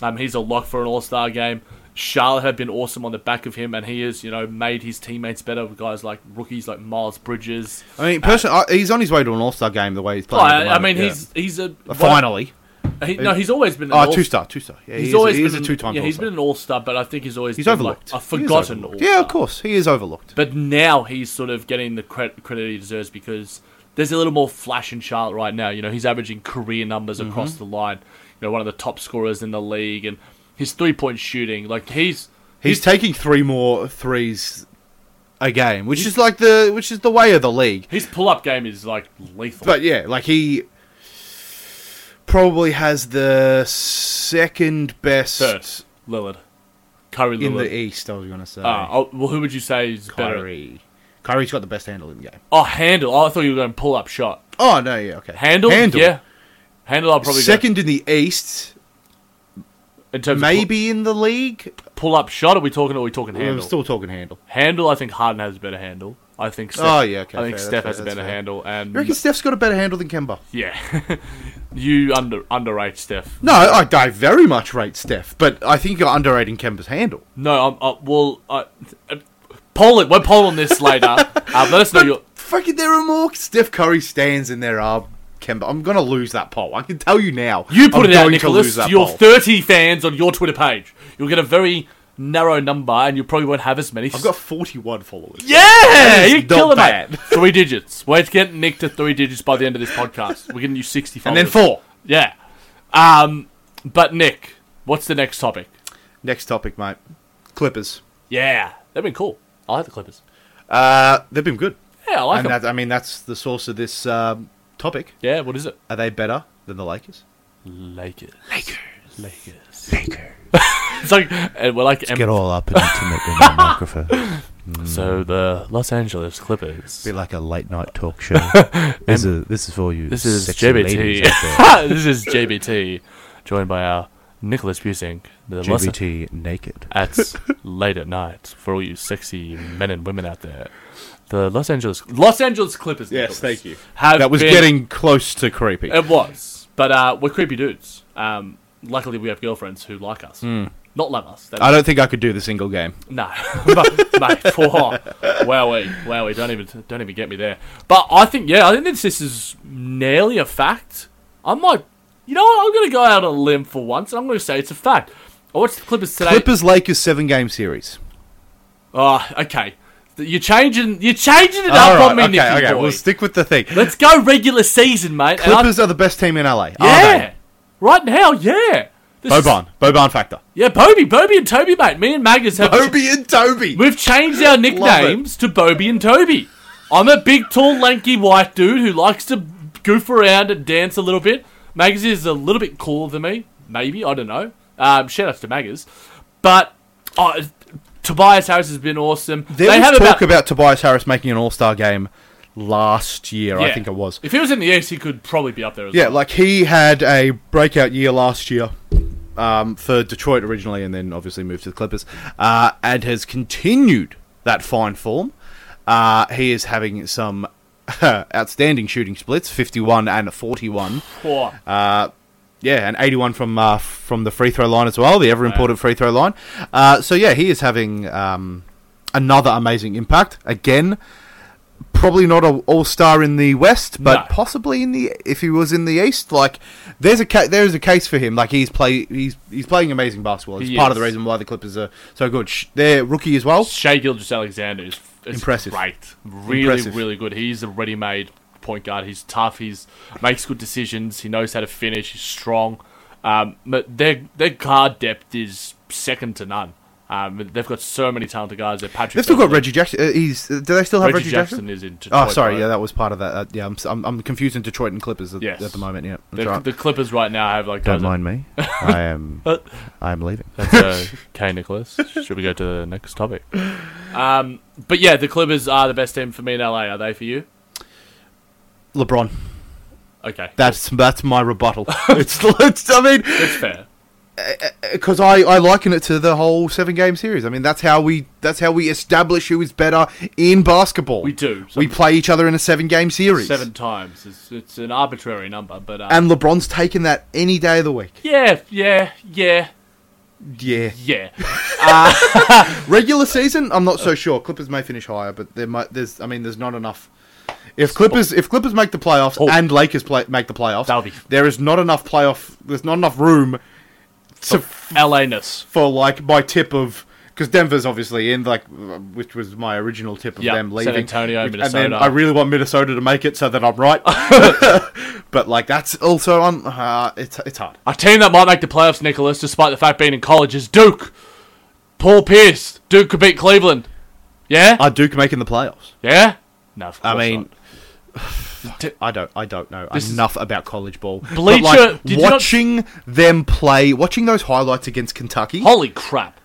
E: Um, he's a lock for an All Star game. Charlotte have been awesome on the back of him, and he has you know made his teammates better with guys like rookies like Miles Bridges.
G: I mean, personally, I, he's on his way to an All Star game the way he's
E: Oh,
G: playing. at the
E: I, I
G: moment,
E: mean,
G: yeah.
E: he's he's a
G: finally.
E: He, no, he's always been an
G: Oh,
E: all-
G: two star, two star. Yeah,
E: He's
G: he's
E: always
G: he
E: been
G: is a two time.
E: Yeah, he's been an all star, but I think he's always
G: He's
E: been
G: overlooked.
E: Like a
G: He is
E: forgotten all
G: overlooked.
E: star.
G: Yeah, of course, he is overlooked.
E: But now he's sort of getting the cre- credit he deserves because there's a little more flash in Charlotte right now. You know, he's averaging career numbers
G: Mm-hmm.
E: across the line. You know, one of the top scorers in the league, and his three point shooting, like he's
G: He's taking three more threes a game, which is like the which is the way of the league.
E: his pull up game is like lethal.
G: But yeah, like he probably has the second best
E: Third, Lillard, Curry, Lillard.
G: in the East. I was gonna say
E: Ah, oh, well, who would you say is better?
G: Kyrie. Kyrie's got the best handle in the game.
E: Oh, handle. Oh, I thought you were going pull up shot.
G: Oh no, yeah, okay.
E: Handle,
G: handle.
E: yeah. Handle, I'll probably go-
G: second in the East,
E: in terms of
G: maybe in the league.
E: pull up shot. Are we talking? Are we talking handle?
G: We're still talking handle.
E: Handle, I think Harden has a better handle. I think. Steph,
G: Oh, yeah, okay,
E: I think
G: fair,
E: Steph
G: that's
E: has a better
G: fair, that's fair.
E: handle, and
G: You reckon Steph's got a better handle than Kemba?
E: yeah, <laughs> you under underrate Steph.
G: No, I, I very much rate Steph, but I think you're underrating Kemba's handle.
E: No, I'm. I, well, I, uh, poll it. We're polling this
G: <laughs>
E: later. um, let us know your.
G: Fucking, there are more Steph Curry stands in there are Kemba. I'm gonna lose that poll. I can tell you now.
E: You put
G: I'm
E: it out,
G: going to
E: Nicholas.
G: lose that
E: your
G: poll.
E: 30 fans on your Twitter page. You'll get a very narrow number, and you probably won't have as many.
K: I've got 41 followers.
E: <laughs> yeah, you're
K: not
E: killing
K: bad.
E: it. Three digits. We're getting nicked to three digits by the end of this podcast. We're getting you
G: <laughs>
E: sixty.
K: And then
E: followers.
K: four.
E: Yeah. Um, but Nick, what's the next topic?
K: Next topic, mate. Clippers.
E: Yeah, they've been cool. I like the Clippers.
K: Uh, they've been good.
E: Yeah, I like
K: and
E: them.
K: that, I mean, that's the source of this um, topic.
E: Yeah, what is it?
K: Are they better than the Lakers?
E: Lakers. Lakers. Lakers. Lakers. <laughs> it's like and we're like em-
G: all up and intimate
E: <laughs>
G: in the microphone.
E: so the Los Angeles Clippers.
G: Be like a late night talk show. This is this is for you.
E: This is
G: sexy
E: JBT.
G: ladies out
E: <laughs>
G: there.
E: this is JBT, joined by our Nicholas Busink, the Los-
G: JBT naked. <laughs>
E: at late at night for all you sexy men and women out there. The Los Angeles Los Angeles Clippers. Nicholas,
K: you.
E: Have
G: That was
E: been-
G: getting close to creepy.
E: It was, but uh, we're creepy dudes. Um, luckily, we have girlfriends who like us,
G: Hmm.
E: not love us. That-
G: I don't think I could do the single game.
E: No, <laughs> mate. Poor. Wowie, wowie. Don't even, don't even get me there. But I think, yeah, I think this, this is nearly a fact. I'm like, you know what? I'm gonna go out on a limb for once, and I'm gonna say it's a fact. I watched the Clippers today.
G: Clippers Lakers seven game series.
E: Oh, okay. You're changing, you're changing it
G: All
E: up
G: right,
E: on me,
G: okay,
E: Nicky
G: okay,
E: boy.
G: we'll stick with the thing.
E: Let's go regular season, mate. and I'm-
G: Clippers are the best team in LA. Are
E: yeah,
G: they?
E: right now, yeah. This is-
G: Boban, Boban factor.
E: yeah, Bobby, Bobby, and Toby, mate. Me and Magus have
G: Obi and <laughs> Toby.
E: We've changed
G: <laughs>
E: our nicknames to Bobby and Toby. I'm a big, tall, lanky white dude who likes to goof around and dance a little bit. Maggers is a little bit cooler than me, maybe. I don't know. Um, shout outs to Maggers. But uh, Tobias Harris has been awesome.
G: There
E: they
G: was
E: have
G: talk about-,
E: about.
G: Tobias Harris making an All Star game last year. I
E: Yeah.
G: think it was.
E: If he was in the East, he could probably be up there as
G: Yeah,
E: well.
G: like he had a breakout year last year um, for Detroit originally, and then obviously moved to the Clippers, uh, and has continued that fine form. Uh, he is having some <laughs> outstanding shooting splits, fifty-one and forty-one.
E: Poor.
G: Yeah, and 81 from uh, from the free throw line as well, the ever important free throw line. Uh, so yeah, he is having um, another amazing impact again. Probably not an all star in the West, but
E: No.
G: possibly in the if he was in the East, like there's a ca- there is a case for him. Like he's play he's he's playing amazing basketball. It's
E: He
G: part of
E: is.
G: the reason why the Clippers are so good. Sh- Their rookie as well.
E: Shea Gilgis Alexander is, is
G: Impressive.
E: Great, really,
G: Impressive.
E: really good. He's a ready-made point guard. He's tough. He's makes good decisions. He knows how to finish. He's strong. Um, but their their guard depth is second to none. Um, they've got so many talented guys. They're Patrick.
G: They've still got
E: Beverley.
G: Reggie Jackson. Uh, he's do they still have
E: Reggie
G: Reggie, Jackson?
E: Jackson is in. Detroit,
G: Oh, sorry,
E: right?
G: yeah, that was part of that. Uh, yeah, I'm, s- I'm I'm confusing Detroit and Clippers at,
E: Yes.
G: at the moment. Yeah, that's
E: the,
G: right.
E: the Clippers right now have like
G: Don't
E: guys <laughs>
G: mind me. I am.
E: Uh,
G: I am leaving.
E: So, okay, uh, Nicholas, should we go to the next topic? Um, but yeah, the Clippers are the best team for me in LA. Are they for you?
G: LeBron.
E: Okay,
G: That's that's
E: <laughs>
G: my rebuttal. <laughs> it's, it's I mean,
E: that's fair.
G: because I, I liken it to the whole seven game series. I mean, that's how we that's how we establish who is better in basketball.
E: We do.
G: we play each other in a seven game series.
E: Seven times. It's, it's an arbitrary number, but uh,
G: And LeBron's taken that any day of the week.
E: yeah, yeah, yeah,
G: Yeah.
E: yeah.
G: Regular season, I'm not so sure. Clippers may finish higher, but there might there's I mean there's not enough. If Clippers if Clippers make the playoffs
E: Oh.
G: and Lakers play, make the playoffs,
E: That'll be-
G: there is not enough playoff. There's not enough room
E: Oh.
G: to
E: LA-ness.
G: for like my tip of because Denver's obviously in, like which was my original tip of
E: Yeah,
G: them
E: San
G: leaving.
E: Antonio,
G: which- And then
E: Minnesota.
G: I really want Minnesota to make it so that
E: <laughs>
G: I'm right. <laughs> but like that's also on. Uh, it's it's hard.
E: A team that might make the playoffs, Nicholas, despite the fact being in college, is Duke. Paul Pierce. Duke could beat Cleveland. Yeah?
G: Are Duke making the playoffs?
E: yeah? No, of
G: I
E: course
G: mean.
E: not.
G: fuck, <sighs> I don't. I don't know
E: This is-
G: enough about college ball. But,
E: Bleacher-
G: like,
E: did you not-
G: watching them play, watching those highlights against Kentucky.
E: Holy crap.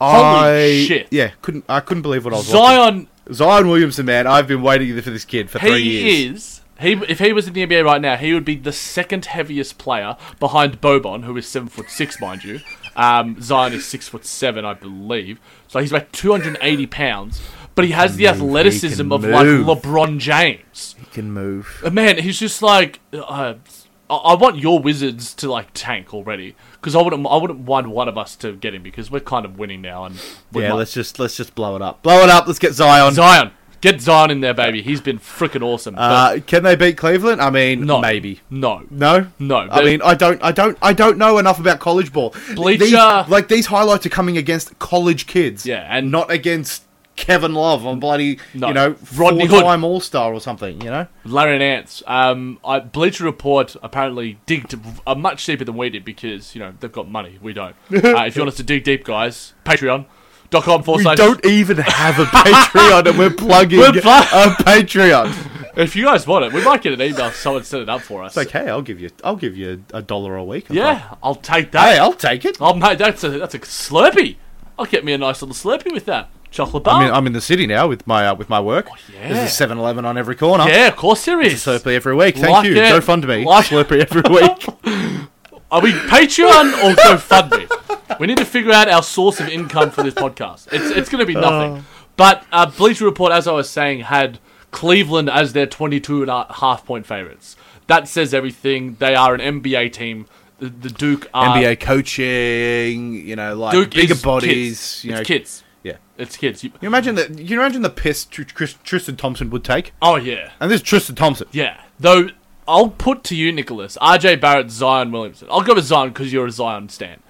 G: I,
E: holy shit.
G: Yeah, couldn't. I couldn't believe what I was. watching.
E: Zion,
G: Zion Williamson, man, I've been waiting for this kid for three years.
E: he is... He, if he was in the NBA right now, he would be the second heaviest player behind Bobon, who is seven foot six, mind you. Um, Zion is six foot seven, I believe. So he's about two hundred and eighty pounds, but he has the athleticism of like
G: move.
E: LeBron James.
G: Can move.
E: Uh, man, he's just like uh, I-, I want your Wizards to like tank already because I wouldn't I wouldn't want one of us to get him because we're kind of winning now and we're
G: Yeah,
E: not-
G: let's just let's just blow it up. Blow it up. Let's get Zion.
E: Zion Get Zion in there, baby. He's been freaking awesome.
G: Uh, can they beat Cleveland? I mean,
E: But no,
G: maybe.
E: no,
G: No,
E: No,
G: I
E: they-
G: mean, I don't, I don't, I don't know enough about college ball.
E: Bleacher-
G: These, like these highlights are coming against college kids.
E: Yeah, and-
G: not against Kevin Love on bloody,
E: No.
G: you know,
E: Rodney Hood.
G: four-time All Star or something. You know,
E: Larry Nance. Um, I, Bleacher Report apparently digged uh, much deeper than we did because you know they've got money. We
G: <laughs>
E: don't. Uh, if you want us to dig deep, guys, Patreon.com forward
G: we
E: slash.
G: don't even have a Patreon, and we're plugging
E: We're plu-
G: a Patreon.
E: If you guys want it, we might get an email. Someone set it up for us.
G: It's like, hey, I'll give you, I'll give you a dollar a week. I'm like,
E: yeah, I'll take
G: hey,
E: that.
G: I'll take it.
E: oh mate, that's a that's a Slurpee. I'll get me a nice little Slurpee with that chocolate bar.
G: I'm in, I'm in the city now with my uh, with my work.
E: Oh, yeah.
G: There's a 7-Eleven on every corner.
E: yeah, of course there is.
G: Slurpee every week. Thank
E: Like
G: you.
E: it.
G: Go fund me.
E: Like-
G: Slurpee every
E: <laughs>
G: week.
E: Are we Patreon or GoFundMe? we need to figure out our source of income for this podcast. It's, it's going to be nothing.
G: Oh.
E: But uh, Bleacher Report, as I was saying, had Cleveland as their 22 and a half point favorites. That says everything. They are an NBA team. The, the Duke are.
G: NBA coaching, you know, like
E: Duke
G: bigger
E: is
G: bodies.
E: Kids.
G: You know,
E: it's kids.
G: Yeah.
E: It's kids. You-
G: You imagine that? You imagine the piss Tr- Chris, Tristan Thompson would take,
E: oh, yeah.
G: and this is Tristan Thompson.
E: Yeah. Though I'll put to you, Nicholas, RJ Barrett, Zion Williamson. I'll go with Zion because you're a Zion stan.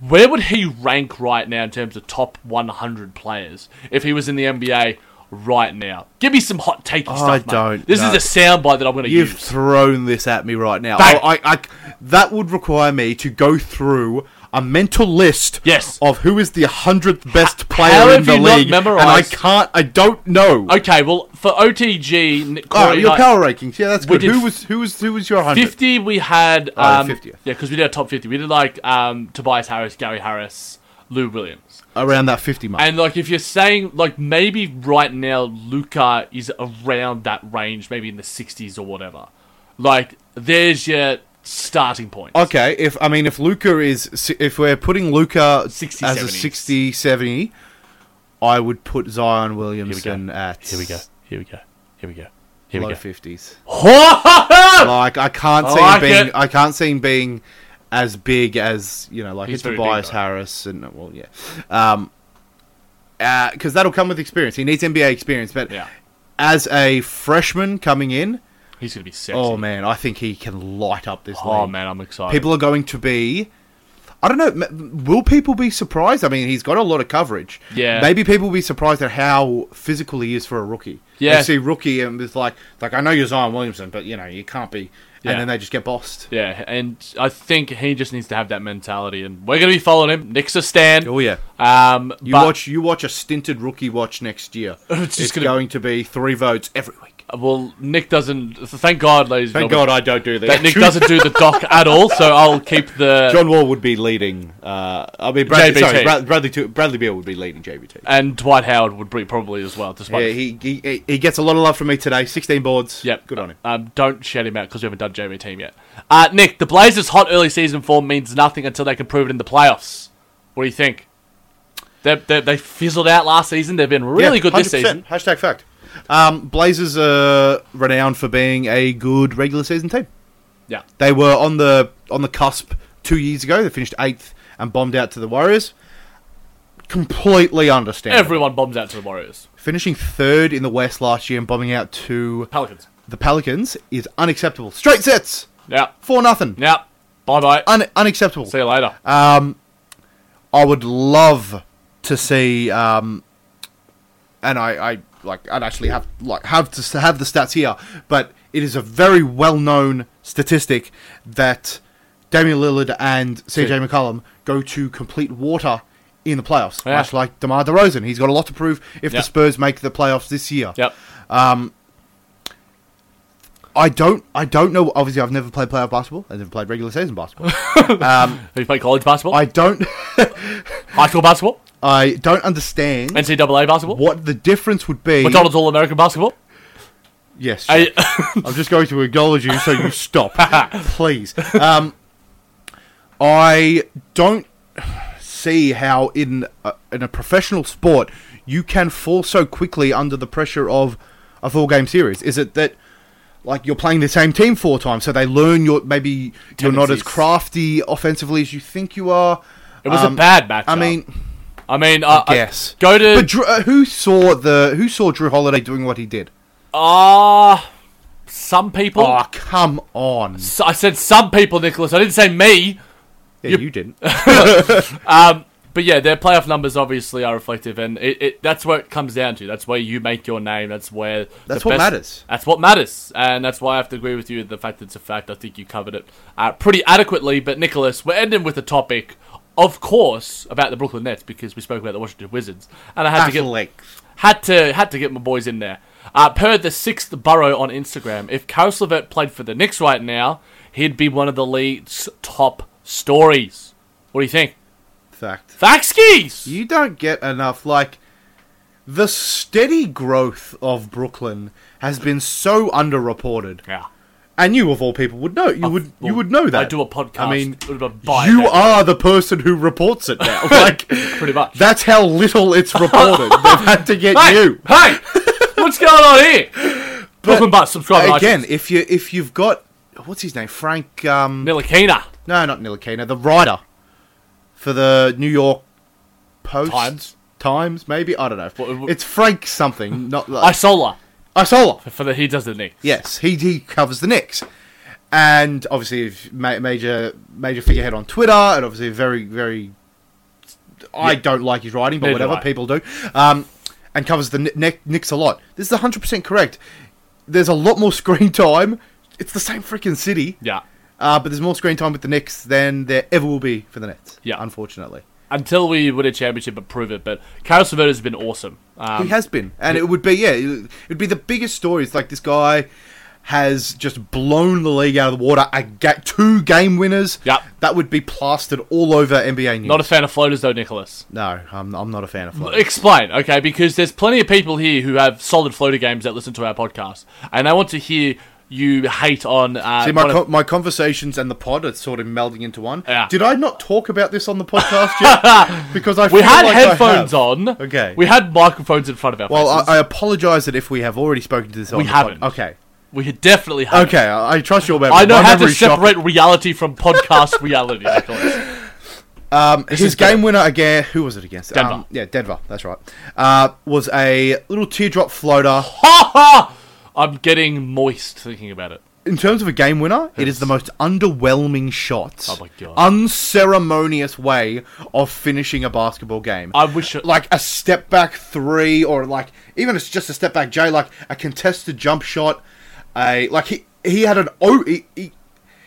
E: Where would he rank right now in terms of top 100 players if he was in the NBA right now? Give me some hot takey stuff.
G: I
E: mate.
G: don't
E: This
G: know.
E: is a soundbite that I'm going to
G: You've
E: use.
G: thrown this at me right now.
E: Bang.
G: I, I, I, that would require me to go through a mental list
E: Yes.
G: of who is the hundredth best player
E: how
G: in
E: have
G: the
E: you not
G: league, and I
E: memorised-
G: can't. I don't know.
E: okay, well, for OTG, Nick
G: All right,
E: Corey,
G: Oh, your
E: like,
G: power rankings. Yeah, that's
E: We
G: good.
E: did
G: Who
E: f-
G: was who was who was your hundred?
E: 50 we had.
G: Oh, yeah,
E: Um,
G: 50th.
E: Yeah, because we did our top 50. We did like um, Tobias Harris, Gary Harris, Lou Williams.
G: Around that fifty mark.
E: And like, if you're saying like maybe right now Luca is around that range, maybe in the 60s or whatever. Like, there's your starting point.
G: Okay, if I mean if Luca is if we're putting Luca
E: 60,
G: as
E: 70.
G: a 60 70, I would put Zion Williamson at
E: Here we go. Here we go. Here we go. Here we
G: low
E: go. <laughs>
G: 50s.
E: Ho-
G: Like I can't
E: I
G: see
E: like
G: him being
E: it.
G: I can't see him being as big as, you know, like
E: He's
G: He's
E: very big,
G: Tobias
E: though.
G: Harris and well, yeah. Um because that'll come with experience. He needs NBA experience, but
E: Yeah.
G: as a freshman coming in,
E: He's gonna be sexy.
G: oh man, I think he can light up this
E: Oh,
G: league.
E: man, I'm excited.
G: people are going to be I don't know. m- Will people be surprised? I mean, he's got a lot of coverage.
E: Yeah.
G: Maybe people will be surprised at how physical he is for a rookie.
E: Yeah.
G: They see rookie and it's like, like I know you're Zion Williamson, but you know you can't be.
E: Yeah.
G: And then they just get bossed.
E: yeah, and I think he just needs to have that mentality, and we're gonna be following him. Nick's a stand.
G: Oh yeah.
E: Um,
G: You
E: but-
G: watch. You watch a stinted rookie watch next year.
E: <laughs> It's
G: it's
E: just gonna-
G: going to be three votes every week.
E: Well, Nick doesn't. Thank God, ladies. and
G: Thank
E: gentlemen,
G: God I don't do that.
E: that Nick doesn't do the doc at all. So I'll keep
G: <laughs>
E: the
G: John Wall would be leading. Uh, I mean,
E: JBT.
G: Bradley, sorry, Brad- Bradley, Tu- Bradley Beal would be leading JBT.
E: and Dwight Howard would be probably as well. Despite
G: Yeah, he, he he gets a lot of love from me today. Sixteen boards.
E: Yep.
G: good on him.
E: Um, don't shout him out because we haven't done JV team yet. Uh, Nick, the Blazers' hot early season form means nothing until they can prove it in the playoffs. What do you think? They they, they fizzled out last season. They've been really
G: Yeah,
E: good this
G: 100%.
E: season.
G: Hashtag fact. Um, Blazers are renowned for being a good regular season team.
E: Yeah.
G: They were on the on the cusp two years ago. They finished eighth and bombed out to the Warriors. Completely understandable.
E: Everyone bombs out to the Warriors.
G: Finishing third in the West last year and bombing out to
E: Pelicans.
G: the Pelicans is unacceptable. Straight sets,
E: Yeah.
G: four nothing.
E: Yeah. Bye bye.
G: Un- unacceptable.
E: See you later.
G: Uh, I would love to see, um, and I, I like, I'd actually have like have to s- have the stats here, but it is a very well known statistic that Damian Lillard and CJ McCollum go to complete water in the playoffs,
E: Yeah.
G: much like DeMar DeRozan. He's got a lot to prove
E: Yep.
G: if the Spurs make the playoffs this year.
E: yep.
G: I don't, I don't know. Obviously, I've never played playoff basketball. I've never played regular
E: <laughs>
G: season basketball.
E: Have you played college basketball?
G: I don't,
E: High school basketball?
G: I don't understand
E: NCAA basketball?
G: what the difference would be.
E: McDonald's All American basketball?
G: Yes. sure.
E: <laughs> I,
G: I'm just going to acknowledge you,
E: <laughs>
G: so you stop, <laughs> please. Um, I don't see how in a, in a professional sport you can fall so quickly under the pressure of a four game series. Is it that like you're playing the same team four times, so they learn your maybe you're not as
E: Tendencies.
G: crafty offensively as you think you are?
E: it was a bad match.
G: Um, I mean,
E: I mean, uh, I
G: Guess.
E: go to
G: But Drew, uh, who saw the who saw Drew Holiday doing what he did?
E: ah some people.
G: Oh, come on!
E: So- I said some people, Nicholas. I didn't say me.
G: Yeah,
E: <laughs>
G: you didn't.
E: But yeah, their playoff numbers obviously are reflective, and it, it that's where it comes down to. That's where you make your name. That's where
G: That's what matters.
E: That's what matters, and that's why I have to agree with you. The fact that it's a fact, I think you covered it uh, pretty adequately. But Nicholas, we're ending with a topic, of course, about the Brooklyn Nets because we spoke about the Washington Wizards, and I had to
G: At
E: get
G: length.
E: had to had to get my boys in there. Uh, per the sixth borough on Instagram, if Karis Levert played for the Knicks right now, he'd be one of the league's top stories. What do you think?
G: Fact.
E: Faxkis!
G: You don't get enough. Like, the steady growth of Brooklyn has been so underreported,
E: Yeah.
G: and you, of all people, would know. You would you
E: well,
G: would know that.
E: I do a podcast.
G: I mean,
E: It would have been
G: you
E: biased.
G: are the person who reports it
E: <laughs>
G: now. like,
E: Pretty much.
G: that's how little it's reported. They've had to get
E: <laughs> Hey!
G: you. <laughs>
E: Hey! What's going on here? Brooklyn Bus, subscribe on
G: Again,
E: iTunes.
G: if you if you've got what's his name, Frank. Um,
E: Nilakina.
G: No, not Nilakina, the writer for the New York Post
E: Times?
G: Times, maybe I don't know.
E: What- what-
G: it's Frank something, not like
E: Isola.
G: Isola.
E: For the He Does the Knicks.
G: Yes, he he covers the Knicks, and obviously if ma- major major figurehead on Twitter, and obviously very very. I don't like his writing, but
E: Neither do
G: whatever
E: I.
G: people do, um, and covers the Kn- Knick- Knicks a lot. This is hundred percent correct. There's a lot more <laughs> screen time. It's the same freaking city.
E: Yeah.
G: Uh, but there's more screen time with the Knicks than there ever will be for the Nets.
E: Yeah.
G: unfortunately,
E: Until we win a championship and prove it, but Karis Levert has been awesome. Um,
G: he has been, and it would be yeah, it would be the biggest story. It's like this guy has just blown the league out of the water. I get two game winners.
E: Yep.
G: that would be plastered all over NBA news.
E: Not a fan of floaters, though, Nicholas.
G: no, I'm, I'm not a fan of Floyd.
E: Explain, okay? Because there's plenty of people here who have solid floater games that listen to our podcast, and I want to hear you hate on. Uh,
G: See, my,
E: one of-
G: co- my conversations and the pod are sort of melding into one.
E: Yeah.
G: Did I not talk about this on the podcast
E: <laughs>
G: yet? because I
E: we
G: feel
E: had
G: like I
E: headphones
G: have.
E: on.
G: Okay.
E: We had microphones in front of our
G: Well,
E: faces.
G: I, I apologise that if we have already spoken to this, on the pod-
E: haven't.
G: okay,
E: we definitely had.
G: okay, I, I trust your memory.
E: I know
G: My
E: how to
G: memory's shocking.
E: separate reality from
G: <laughs>
E: podcast reality, Nicholas.
G: His game winner again. Who was it against?
E: Denver.
G: Um, yeah, Denver. That's right. Uh, was a little teardrop floater.
E: Ha ha! I'm getting moist thinking about it.
G: In terms of a game winner, it is the most underwhelming shot.
E: Oh my God.
G: Unceremonious way of finishing a basketball game.
E: I wish it-
G: like a step back three, or like even if it's just a step back Jay, like a contested jump shot. A like he he had an oh he he,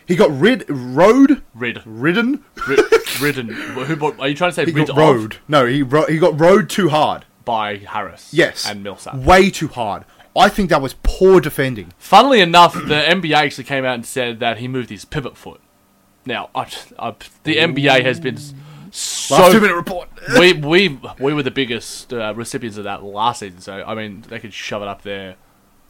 G: he got rid rode
E: Rid.
G: ridden
E: Rid- ridden. Who, what, are you trying to say
G: he
E: rid
G: got
E: of
G: rode no he ro- he got rode too hard.
E: by Harris?
G: Yes.
E: And Millsap.
G: Way too hard. I think that was poor defending.
E: Funnily enough, the NBA actually came out and said that he moved his pivot foot. Now, I, I, the NBA has been s-
G: Last two
E: so.
G: minute report.
E: <laughs> we, we, we were the biggest uh, recipients of that last season, so, I mean, they could shove it up there.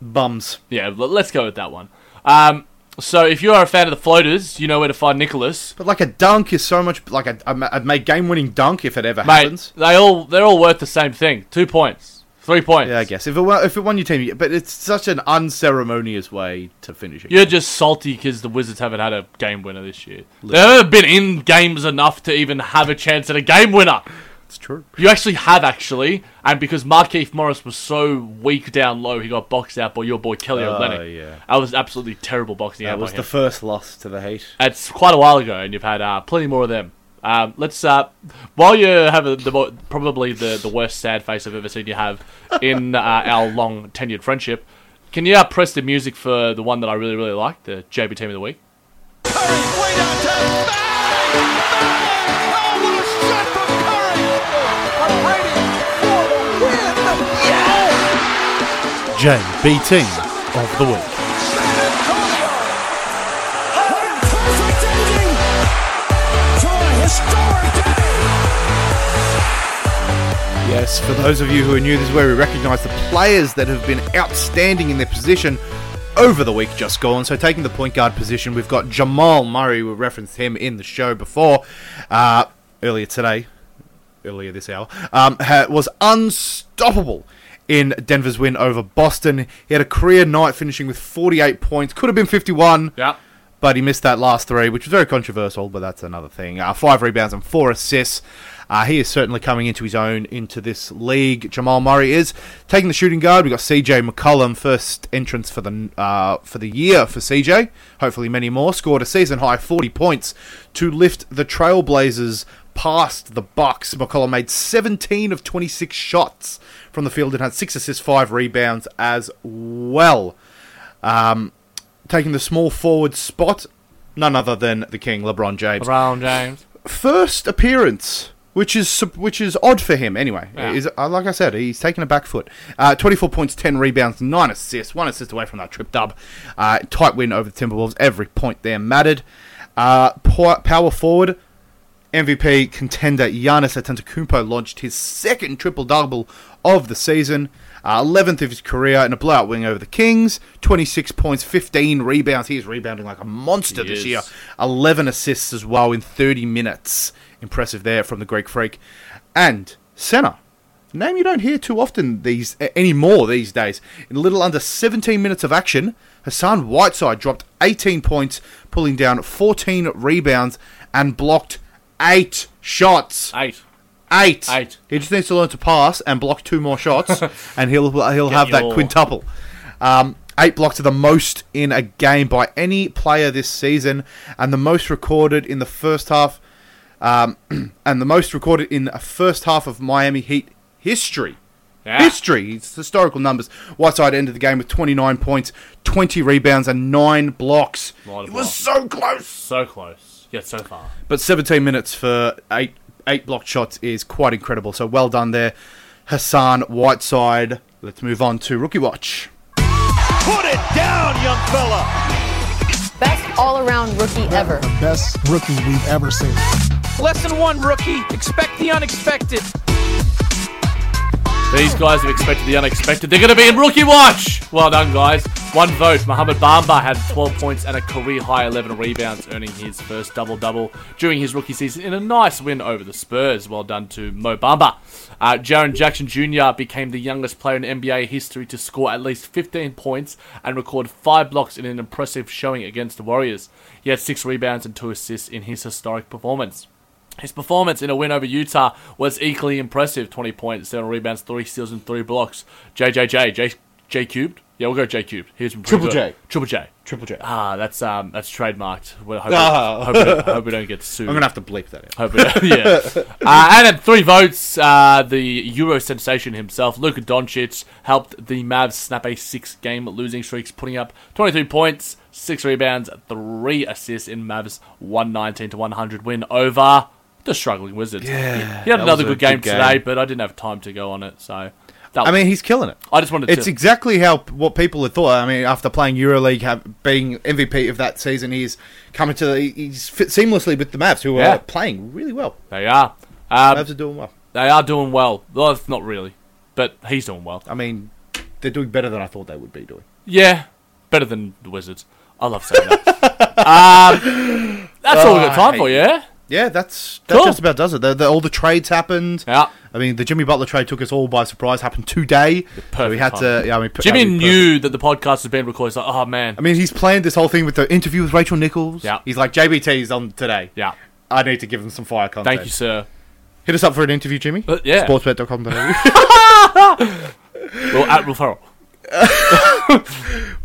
G: Bums.
E: Yeah, l- let's go with that one. Um, so, if you are a fan of the floaters, you know where to find Nicholas.
G: But like a dunk is so much like a, a, ma- a made game winning dunk if it ever
E: Mate,
G: happens.
E: they all, they're all worth the same thing two points, three points.
G: Yeah, I guess if it won, if it won your team, you- but it's such an unceremonious way to finish it.
E: You're just salty because the Wizards haven't had a game winner this year. They haven't been in games enough to even have a chance at a game winner.
G: It's true.
E: You actually have, actually, and because Markeith Morris was so weak down low, he got boxed out by your boy Kelly
G: Oh,
E: Olynyk.
G: yeah.
E: That was absolutely terrible boxing
G: That
E: out
G: was
E: by
G: the
E: him.
G: first loss to the Heat.
E: That's quite a while ago, and you've had uh, plenty more of them. Um, let's uh, while you have a, the mo- probably the, the worst sad face I've ever seen you have in uh, our long tenured friendship. Can you uh, press the music for the one that I really really like, the JB Team of the Week?
L: Curry, way downtown. Foul! Foul! Oh, what a shot from Curry! Brady for the win! Yes!
M: JBT of the week.
L: San Antonio! What a perfect ending to a historic day!
G: Yes, for those of you who are new, this is where we recognise the players that have been outstanding in their position over the week just gone. So, taking the point guard position, we've got Jamal Murray. We referenced him in the show before, uh, earlier today, earlier this hour, um, ha- was unstoppable in Denver's win over Boston. He had a career night finishing with 48 points, could have been 51.
E: Yeah.
G: but he missed that last three, which was very controversial, but that's another thing. Uh, five rebounds and four assists. Uh, he is certainly coming into his own into this league. Jamal Murray is taking the shooting guard. We've got CJ McCollum, first entrance for the uh, for the year for CJ. Hopefully, many more. Scored a season high 40 points to lift the Trailblazers past the Bucks. McCollum made 17 of 26 shots from the field and had six assists, five rebounds as well. Um, taking the small forward spot, none other than the King, LeBron James.
E: Brown James.
G: First appearance, which is sup- which is odd for him anyway.
E: Yeah.
G: Is uh, like I said, he's taken a back foot. Uh, Twenty four points, ten rebounds, nine assists, one assist away from that trip dub. Uh, tight win over the Timberwolves. Every point there mattered. Uh, po- power forward. MVP contender Giannis Antetokounmpo launched his second triple double of the season, uh, 11th of his career in a blowout win over the Kings. 26 points, 15 rebounds. He is rebounding like a monster
E: He
G: this
E: is.
G: year. 11 assists as well in 30 minutes. Impressive there from the Greek Freak. And center. Name you don't hear too often these a- anymore these days. In a little under 17 minutes of action, Hassan Whiteside dropped 18 points, pulling down 14 rebounds and blocked eight shots.
E: Eight.
G: Eight.
E: Eight.
G: He just needs to learn to pass and block two
E: <laughs>
G: more shots, and he'll he'll have that
E: your-
G: quintuple. Um, eight blocks are the most in a game by any player this season, and the most recorded in the first half, um, <clears throat> and the most recorded in a first half of Miami Heat history.
E: Yeah.
G: History, it's historical numbers. Whiteside ended the game with 29 points, 20 rebounds, and nine blocks.
E: Lot of
G: It was
E: blocks.
G: so close.
E: So close, yet so far.
G: But 17 minutes for eight eight block shots is quite incredible. So well done there, Hassan Whiteside. Let's move on to rookie watch.
N: Put it down, young fella.
L: Best all around rookie ever.
J: Best rookie we've ever seen.
O: Lesson one, rookie. Expect the unexpected.
E: These guys have expected the unexpected. They're going to be in rookie watch. Well done, guys. One vote. Mohamed Bamba had 12 points and a career high 11 rebounds, earning his first double double during his rookie season in a nice win over the Spurs. Well done to Mo Bamba. Uh, Jaron Jackson Jr. became the youngest player in NBA history to score at least 15 points and record five blocks in an impressive showing against the Warriors. He had six rebounds and two assists in his historic performance. His performance in a win over Utah was equally impressive 20 points, 7 rebounds, 3 steals, and 3 blocks. JJJ, J, J cubed? Yeah, we'll go J cubed. Here's
G: Triple J.
E: Triple J.
G: Triple J.
E: Ah, that's um, that's trademarked. Well, hope,
G: Ah.
E: hope, we, hope we don't get sued.
G: <laughs> I'm gonna have to bleep that out.
E: Hope it, <laughs> yeah. Uh, and at three votes, uh, the Euro sensation himself, Luka Doncic, helped the Mavs snap a six-game losing streak, putting up 23 points, six rebounds, three assists in Mavs 119 to 100 win over the struggling Wizards. Yeah, he had
G: that
E: another
G: was a
E: good game,
G: good game.
E: today, but I didn't have time to go on it. So, that
G: I mean, he's killing it.
E: I just wanted
G: It's
E: to.
G: exactly how what people had thought. I mean, after playing EuroLeague, have, being MVP of that season, he's coming to the, he's fit seamlessly with the Mavs, who
E: Yeah.
G: are playing really well.
E: they are. Um,
G: Mavs are doing well.
E: they are doing well. Well, it's not really, but he's doing well.
G: I mean, they're doing better than I thought they would be doing.
E: Yeah, better than the Wizards. I love saying that. <laughs> um, that's all
G: Oh,
E: we've got time for, yeah?
G: Yeah, that's that
E: Cool.
G: just about does it. The, the, all the trades happened.
E: Yeah.
G: I mean, the Jimmy Butler trade took us all by surprise. Happened today. So we
E: perfect
G: had to.
E: timing.
G: Yeah, I mean, p-
E: Jimmy
G: I mean, perfect.
E: knew that the podcast was being recorded. He's like, oh, man.
G: I mean, he's planned this whole thing with the interview with Rachel Nichols.
E: Yeah.
G: He's like, JBT's on today.
E: yeah.
G: I need to give him some fire content.
E: Thank you, sir.
G: Hit us up for an interview, Jimmy.
E: Uh, yeah. <laughs>
G: Sportsbet.com.
E: Well, at referral.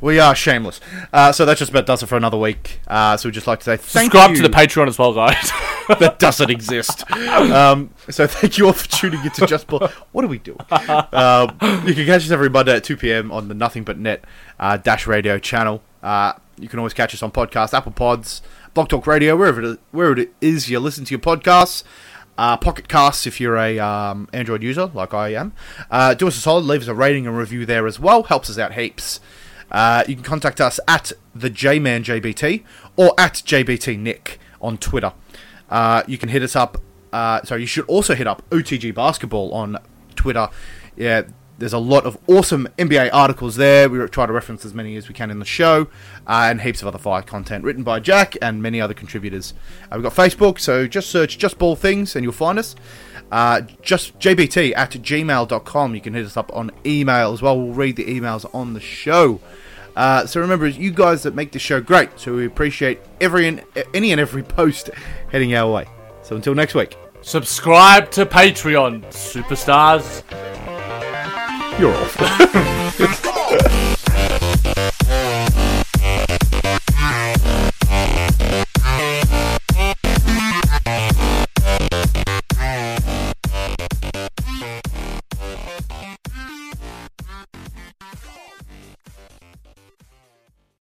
G: we are shameless. Uh, so that just about does it for another week. Uh, so we'd just like to say thank
E: Subscribe
G: you.
E: to the Patreon as well, guys. <laughs>
G: <laughs> that doesn't exist. Um, so thank you all for tuning into Just Ball. What are we doing? Um, you can catch us every Monday at 2 p.m. on the Nothing But Net uh, Dash Radio channel. Uh, you can always catch us on podcasts, Apple Pods, Block Talk Radio, wherever it is, wherever it is you listen to your podcasts. Uh, Pocket Casts if you're a um, Android user like I am. Uh, do us a solid, leave us a rating and review there as well. Helps us out heaps. Uh, you can contact us at the JmanJBT or at JBTNick on Twitter. Uh, you can hit us up. Uh, sorry, you should also hit up OTG Basketball on Twitter. Yeah, there's a lot of awesome NBA articles there. We try to reference as many as we can in the show, uh, and heaps of other fire content written by Jack and many other contributors. Uh, we've got Facebook, so just search Just Ball Things and you'll find us. Uh, just JBT at gmail.com. You can hit us up on email as well. We'll read the emails on the show. Uh, so remember, it's you guys that make the show great. So we appreciate every and any and every post heading our way. So until next week,
E: Subscribe to Patreon, superstars.
G: you're off.